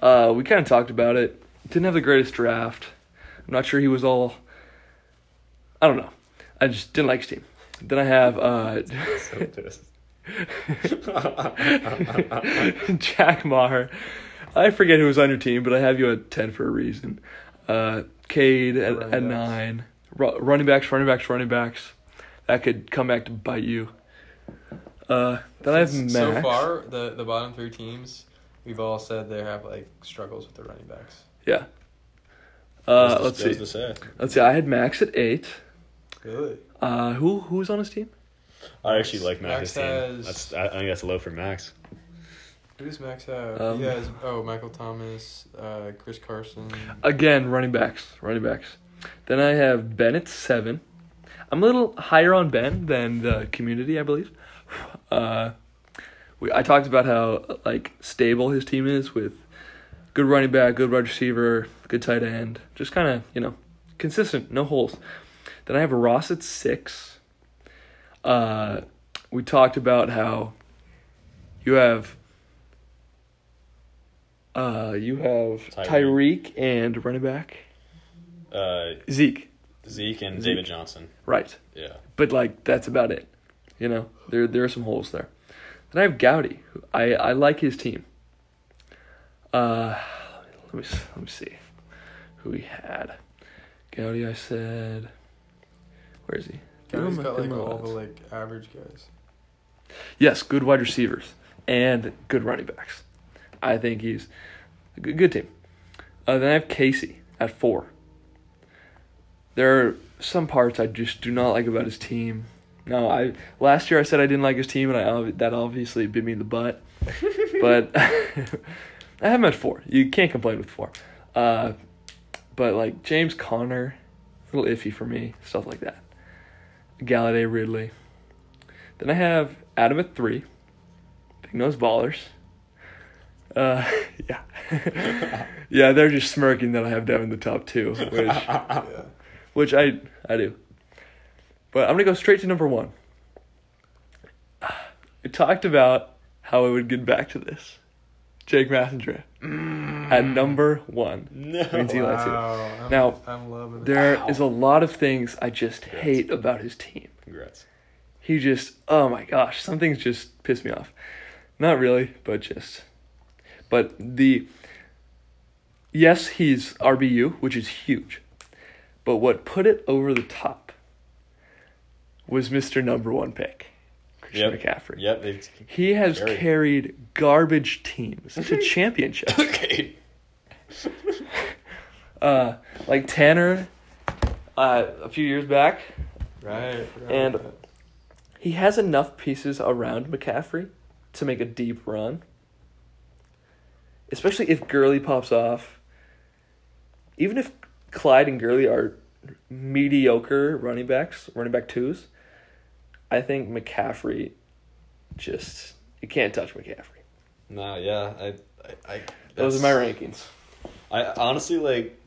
[SPEAKER 3] Uh, we kind of talked about it. Didn't have the greatest draft. I'm not sure he was all I don't know. I just didn't like his team. Then I have uh,
[SPEAKER 1] So pissed.
[SPEAKER 3] Jack Maher. I forget who was on your team, but I have you at 10 for a reason. Uh, Cade at,
[SPEAKER 2] Running
[SPEAKER 3] at
[SPEAKER 2] backs.
[SPEAKER 3] 9. Ru- running backs, running backs, running backs. That could come back to bite you. Uh, then I have Max.
[SPEAKER 2] So far, the the bottom three teams, we've all said they have like struggles with the running backs.
[SPEAKER 3] Yeah. Uh,
[SPEAKER 1] That's
[SPEAKER 3] let's
[SPEAKER 1] just-
[SPEAKER 3] see.
[SPEAKER 1] that's just it.
[SPEAKER 3] Let's see. I had Max at 8.
[SPEAKER 2] Really?
[SPEAKER 3] Uh, who who was on his team?
[SPEAKER 1] I actually like Max's
[SPEAKER 2] Max
[SPEAKER 1] team.
[SPEAKER 2] has-
[SPEAKER 1] That's I I think that's low for Max.
[SPEAKER 2] Who's Max have?
[SPEAKER 3] Um,
[SPEAKER 2] he has oh Michael Thomas, uh, Chris Carson.
[SPEAKER 3] Again, running backs, running backs. Then I have Ben at seven. I'm a little higher on Ben than the community, I believe. Uh, we I talked about how like stable his team is with good running back, good wide receiver, good tight end, just kind of you know consistent, no holes. Then I have Ross at six. Uh, we talked about how you have uh, you have
[SPEAKER 1] Tyreek.
[SPEAKER 3] Tyreek and running back
[SPEAKER 1] Uh,
[SPEAKER 3] Zeke,
[SPEAKER 1] Zeke and
[SPEAKER 3] Zeke.
[SPEAKER 1] David Johnson.
[SPEAKER 3] right?
[SPEAKER 1] Yeah.
[SPEAKER 3] But like that's about it. You know, there there are some holes there. Then I have Gowdy. who- I I like his team. Uh, let me s- let me see who he had. Gowdy, I said. Where is he? Who
[SPEAKER 2] He's
[SPEAKER 3] am I-
[SPEAKER 2] got like
[SPEAKER 3] am I
[SPEAKER 2] all
[SPEAKER 3] on?
[SPEAKER 2] the like average guys.
[SPEAKER 3] Yes, good wide receivers and good running backs. I think he's a good, good team. Uh, then I have Casey at four. There are some parts I just do not like about his team. No, I last year I said I didn't like his team, and I ob- that obviously bit me in the butt. but I have him at four. You can't complain with four. Uh, but like James Conner, a little iffy for me, stuff like that. Galladay, Ridley. Then I have Adam at three. Big nose ballers. Uh, yeah, yeah. They're just smirking that I have Devin the top two, which
[SPEAKER 2] yeah.
[SPEAKER 3] which I I do. But I'm gonna go straight to number one. We talked about how I would get back to this. Jake Massenger at number one.
[SPEAKER 1] No.
[SPEAKER 3] Means he likes it.
[SPEAKER 2] Wow. I'm,
[SPEAKER 3] Now,
[SPEAKER 2] I'm loving it.
[SPEAKER 3] There is
[SPEAKER 1] Ow.
[SPEAKER 3] a lot of things I just
[SPEAKER 1] Yes.
[SPEAKER 3] hate about his team.
[SPEAKER 1] Congrats.
[SPEAKER 3] He just oh my gosh, some things just piss me off. Not really, but just but the yes, he's RBU, which is huge. But what put it over the top was Mr. Number 1 pick, Christian
[SPEAKER 1] Yep.
[SPEAKER 3] McCaffrey.
[SPEAKER 1] Yep. It's,
[SPEAKER 3] He has
[SPEAKER 1] Carried.
[SPEAKER 3] carried garbage teams to championships.
[SPEAKER 1] okay.
[SPEAKER 3] Uh, like Tanner uh, a few years back,
[SPEAKER 2] right, right.
[SPEAKER 3] and- he has enough pieces around McCaffrey to make a deep run. Especially if Gurley pops off. Even if Clyde and Gurley are mediocre running backs, running back twos, I think McCaffrey just you can't touch McCaffrey.
[SPEAKER 1] No. Yeah. I. I. I
[SPEAKER 3] Those are my rankings.
[SPEAKER 1] I honestly like.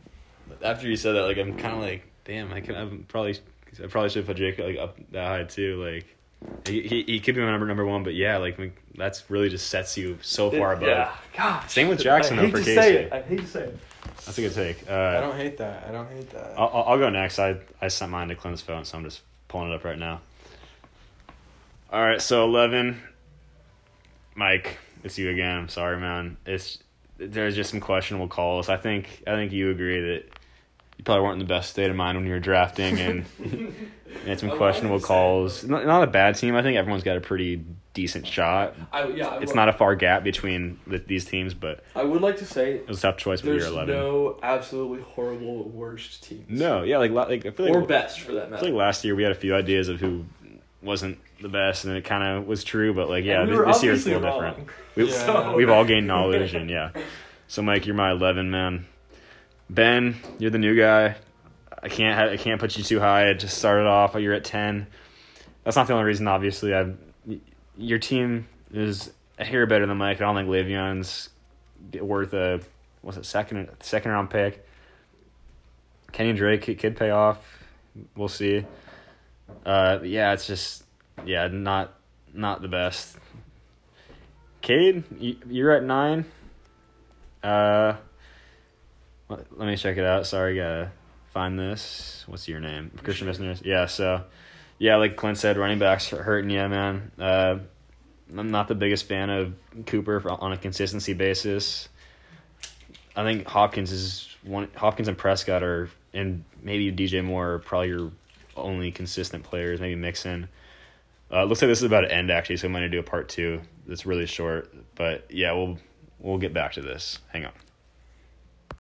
[SPEAKER 1] After you said that, like I'm kind of like, damn. I can. I'm probably. I probably should put Jake like up that high too. Like. He, he, he could be my number number one, but yeah, like Mc- that's really just sets you so far above.
[SPEAKER 3] Yeah. Gosh.
[SPEAKER 1] Same with Jackson
[SPEAKER 3] I
[SPEAKER 1] though
[SPEAKER 3] hate
[SPEAKER 1] for
[SPEAKER 3] to
[SPEAKER 1] Casey.
[SPEAKER 3] say it. I hate to say it.
[SPEAKER 1] That's a good take.
[SPEAKER 2] I
[SPEAKER 1] Uh,
[SPEAKER 2] don't hate that. I don't hate that.
[SPEAKER 1] I'll, I'll I'll go next. I I sent mine to Clint's phone, so I'm just pulling it up right now. All right, so eleven. Mike, it's you again. I'm sorry, man. It's there's just some questionable calls. I think I think you agree that you probably weren't in the best state of mind when you were drafting, and, and it's some
[SPEAKER 3] I
[SPEAKER 1] questionable
[SPEAKER 3] wouldn't say-
[SPEAKER 1] calls. Not, not a bad team. I think everyone's got a pretty decent shot.
[SPEAKER 3] I, yeah, I
[SPEAKER 1] It's
[SPEAKER 3] would-
[SPEAKER 1] not a far gap between the, these teams, but
[SPEAKER 3] I would like to say
[SPEAKER 1] it was a tough choice with
[SPEAKER 3] there's
[SPEAKER 1] year eleven.
[SPEAKER 3] no absolutely horrible worst teams.
[SPEAKER 1] No, yeah, like like I feel like
[SPEAKER 3] or best for that
[SPEAKER 1] I
[SPEAKER 3] matter.
[SPEAKER 1] feel like last year we had a few ideas of who wasn't the best, and it kind of was true. But like, yeah,
[SPEAKER 3] And we
[SPEAKER 1] this,
[SPEAKER 3] were
[SPEAKER 1] this year it's a
[SPEAKER 3] obviously
[SPEAKER 1] little different.
[SPEAKER 3] wrong.
[SPEAKER 1] We,
[SPEAKER 2] Yeah.
[SPEAKER 1] We've all gained knowledge, and yeah. So Mike, you're my eleven man. Ben, you're the new guy. I can't ha- I can't put you too high. I just started off. You're at ten. That's not the only reason, obviously. I your team is a hair better than Mike. I don't think Le'Veon's worth a was it second second round pick. Kenny Drake could- could pay off. We'll see. Uh, yeah, it's just yeah, not not the best. Cade, you- you're at nine. Uh, let, let me check it out. Sorry, gotta find this. What's your name? Christian Messner. Yeah, so yeah, like Clint said, running backs are hurting. Yeah, man. Uh, I'm not the biggest fan of Cooper for, on a consistency basis. I think Hopkins is one. Hopkins and Prescott are, and maybe DJ Moore are probably your only consistent players. Maybe Mixon. Uh, it looks like this is about to end actually, so I'm going to do a part two that's really short. But yeah, we'll we'll get back to this. Hang on.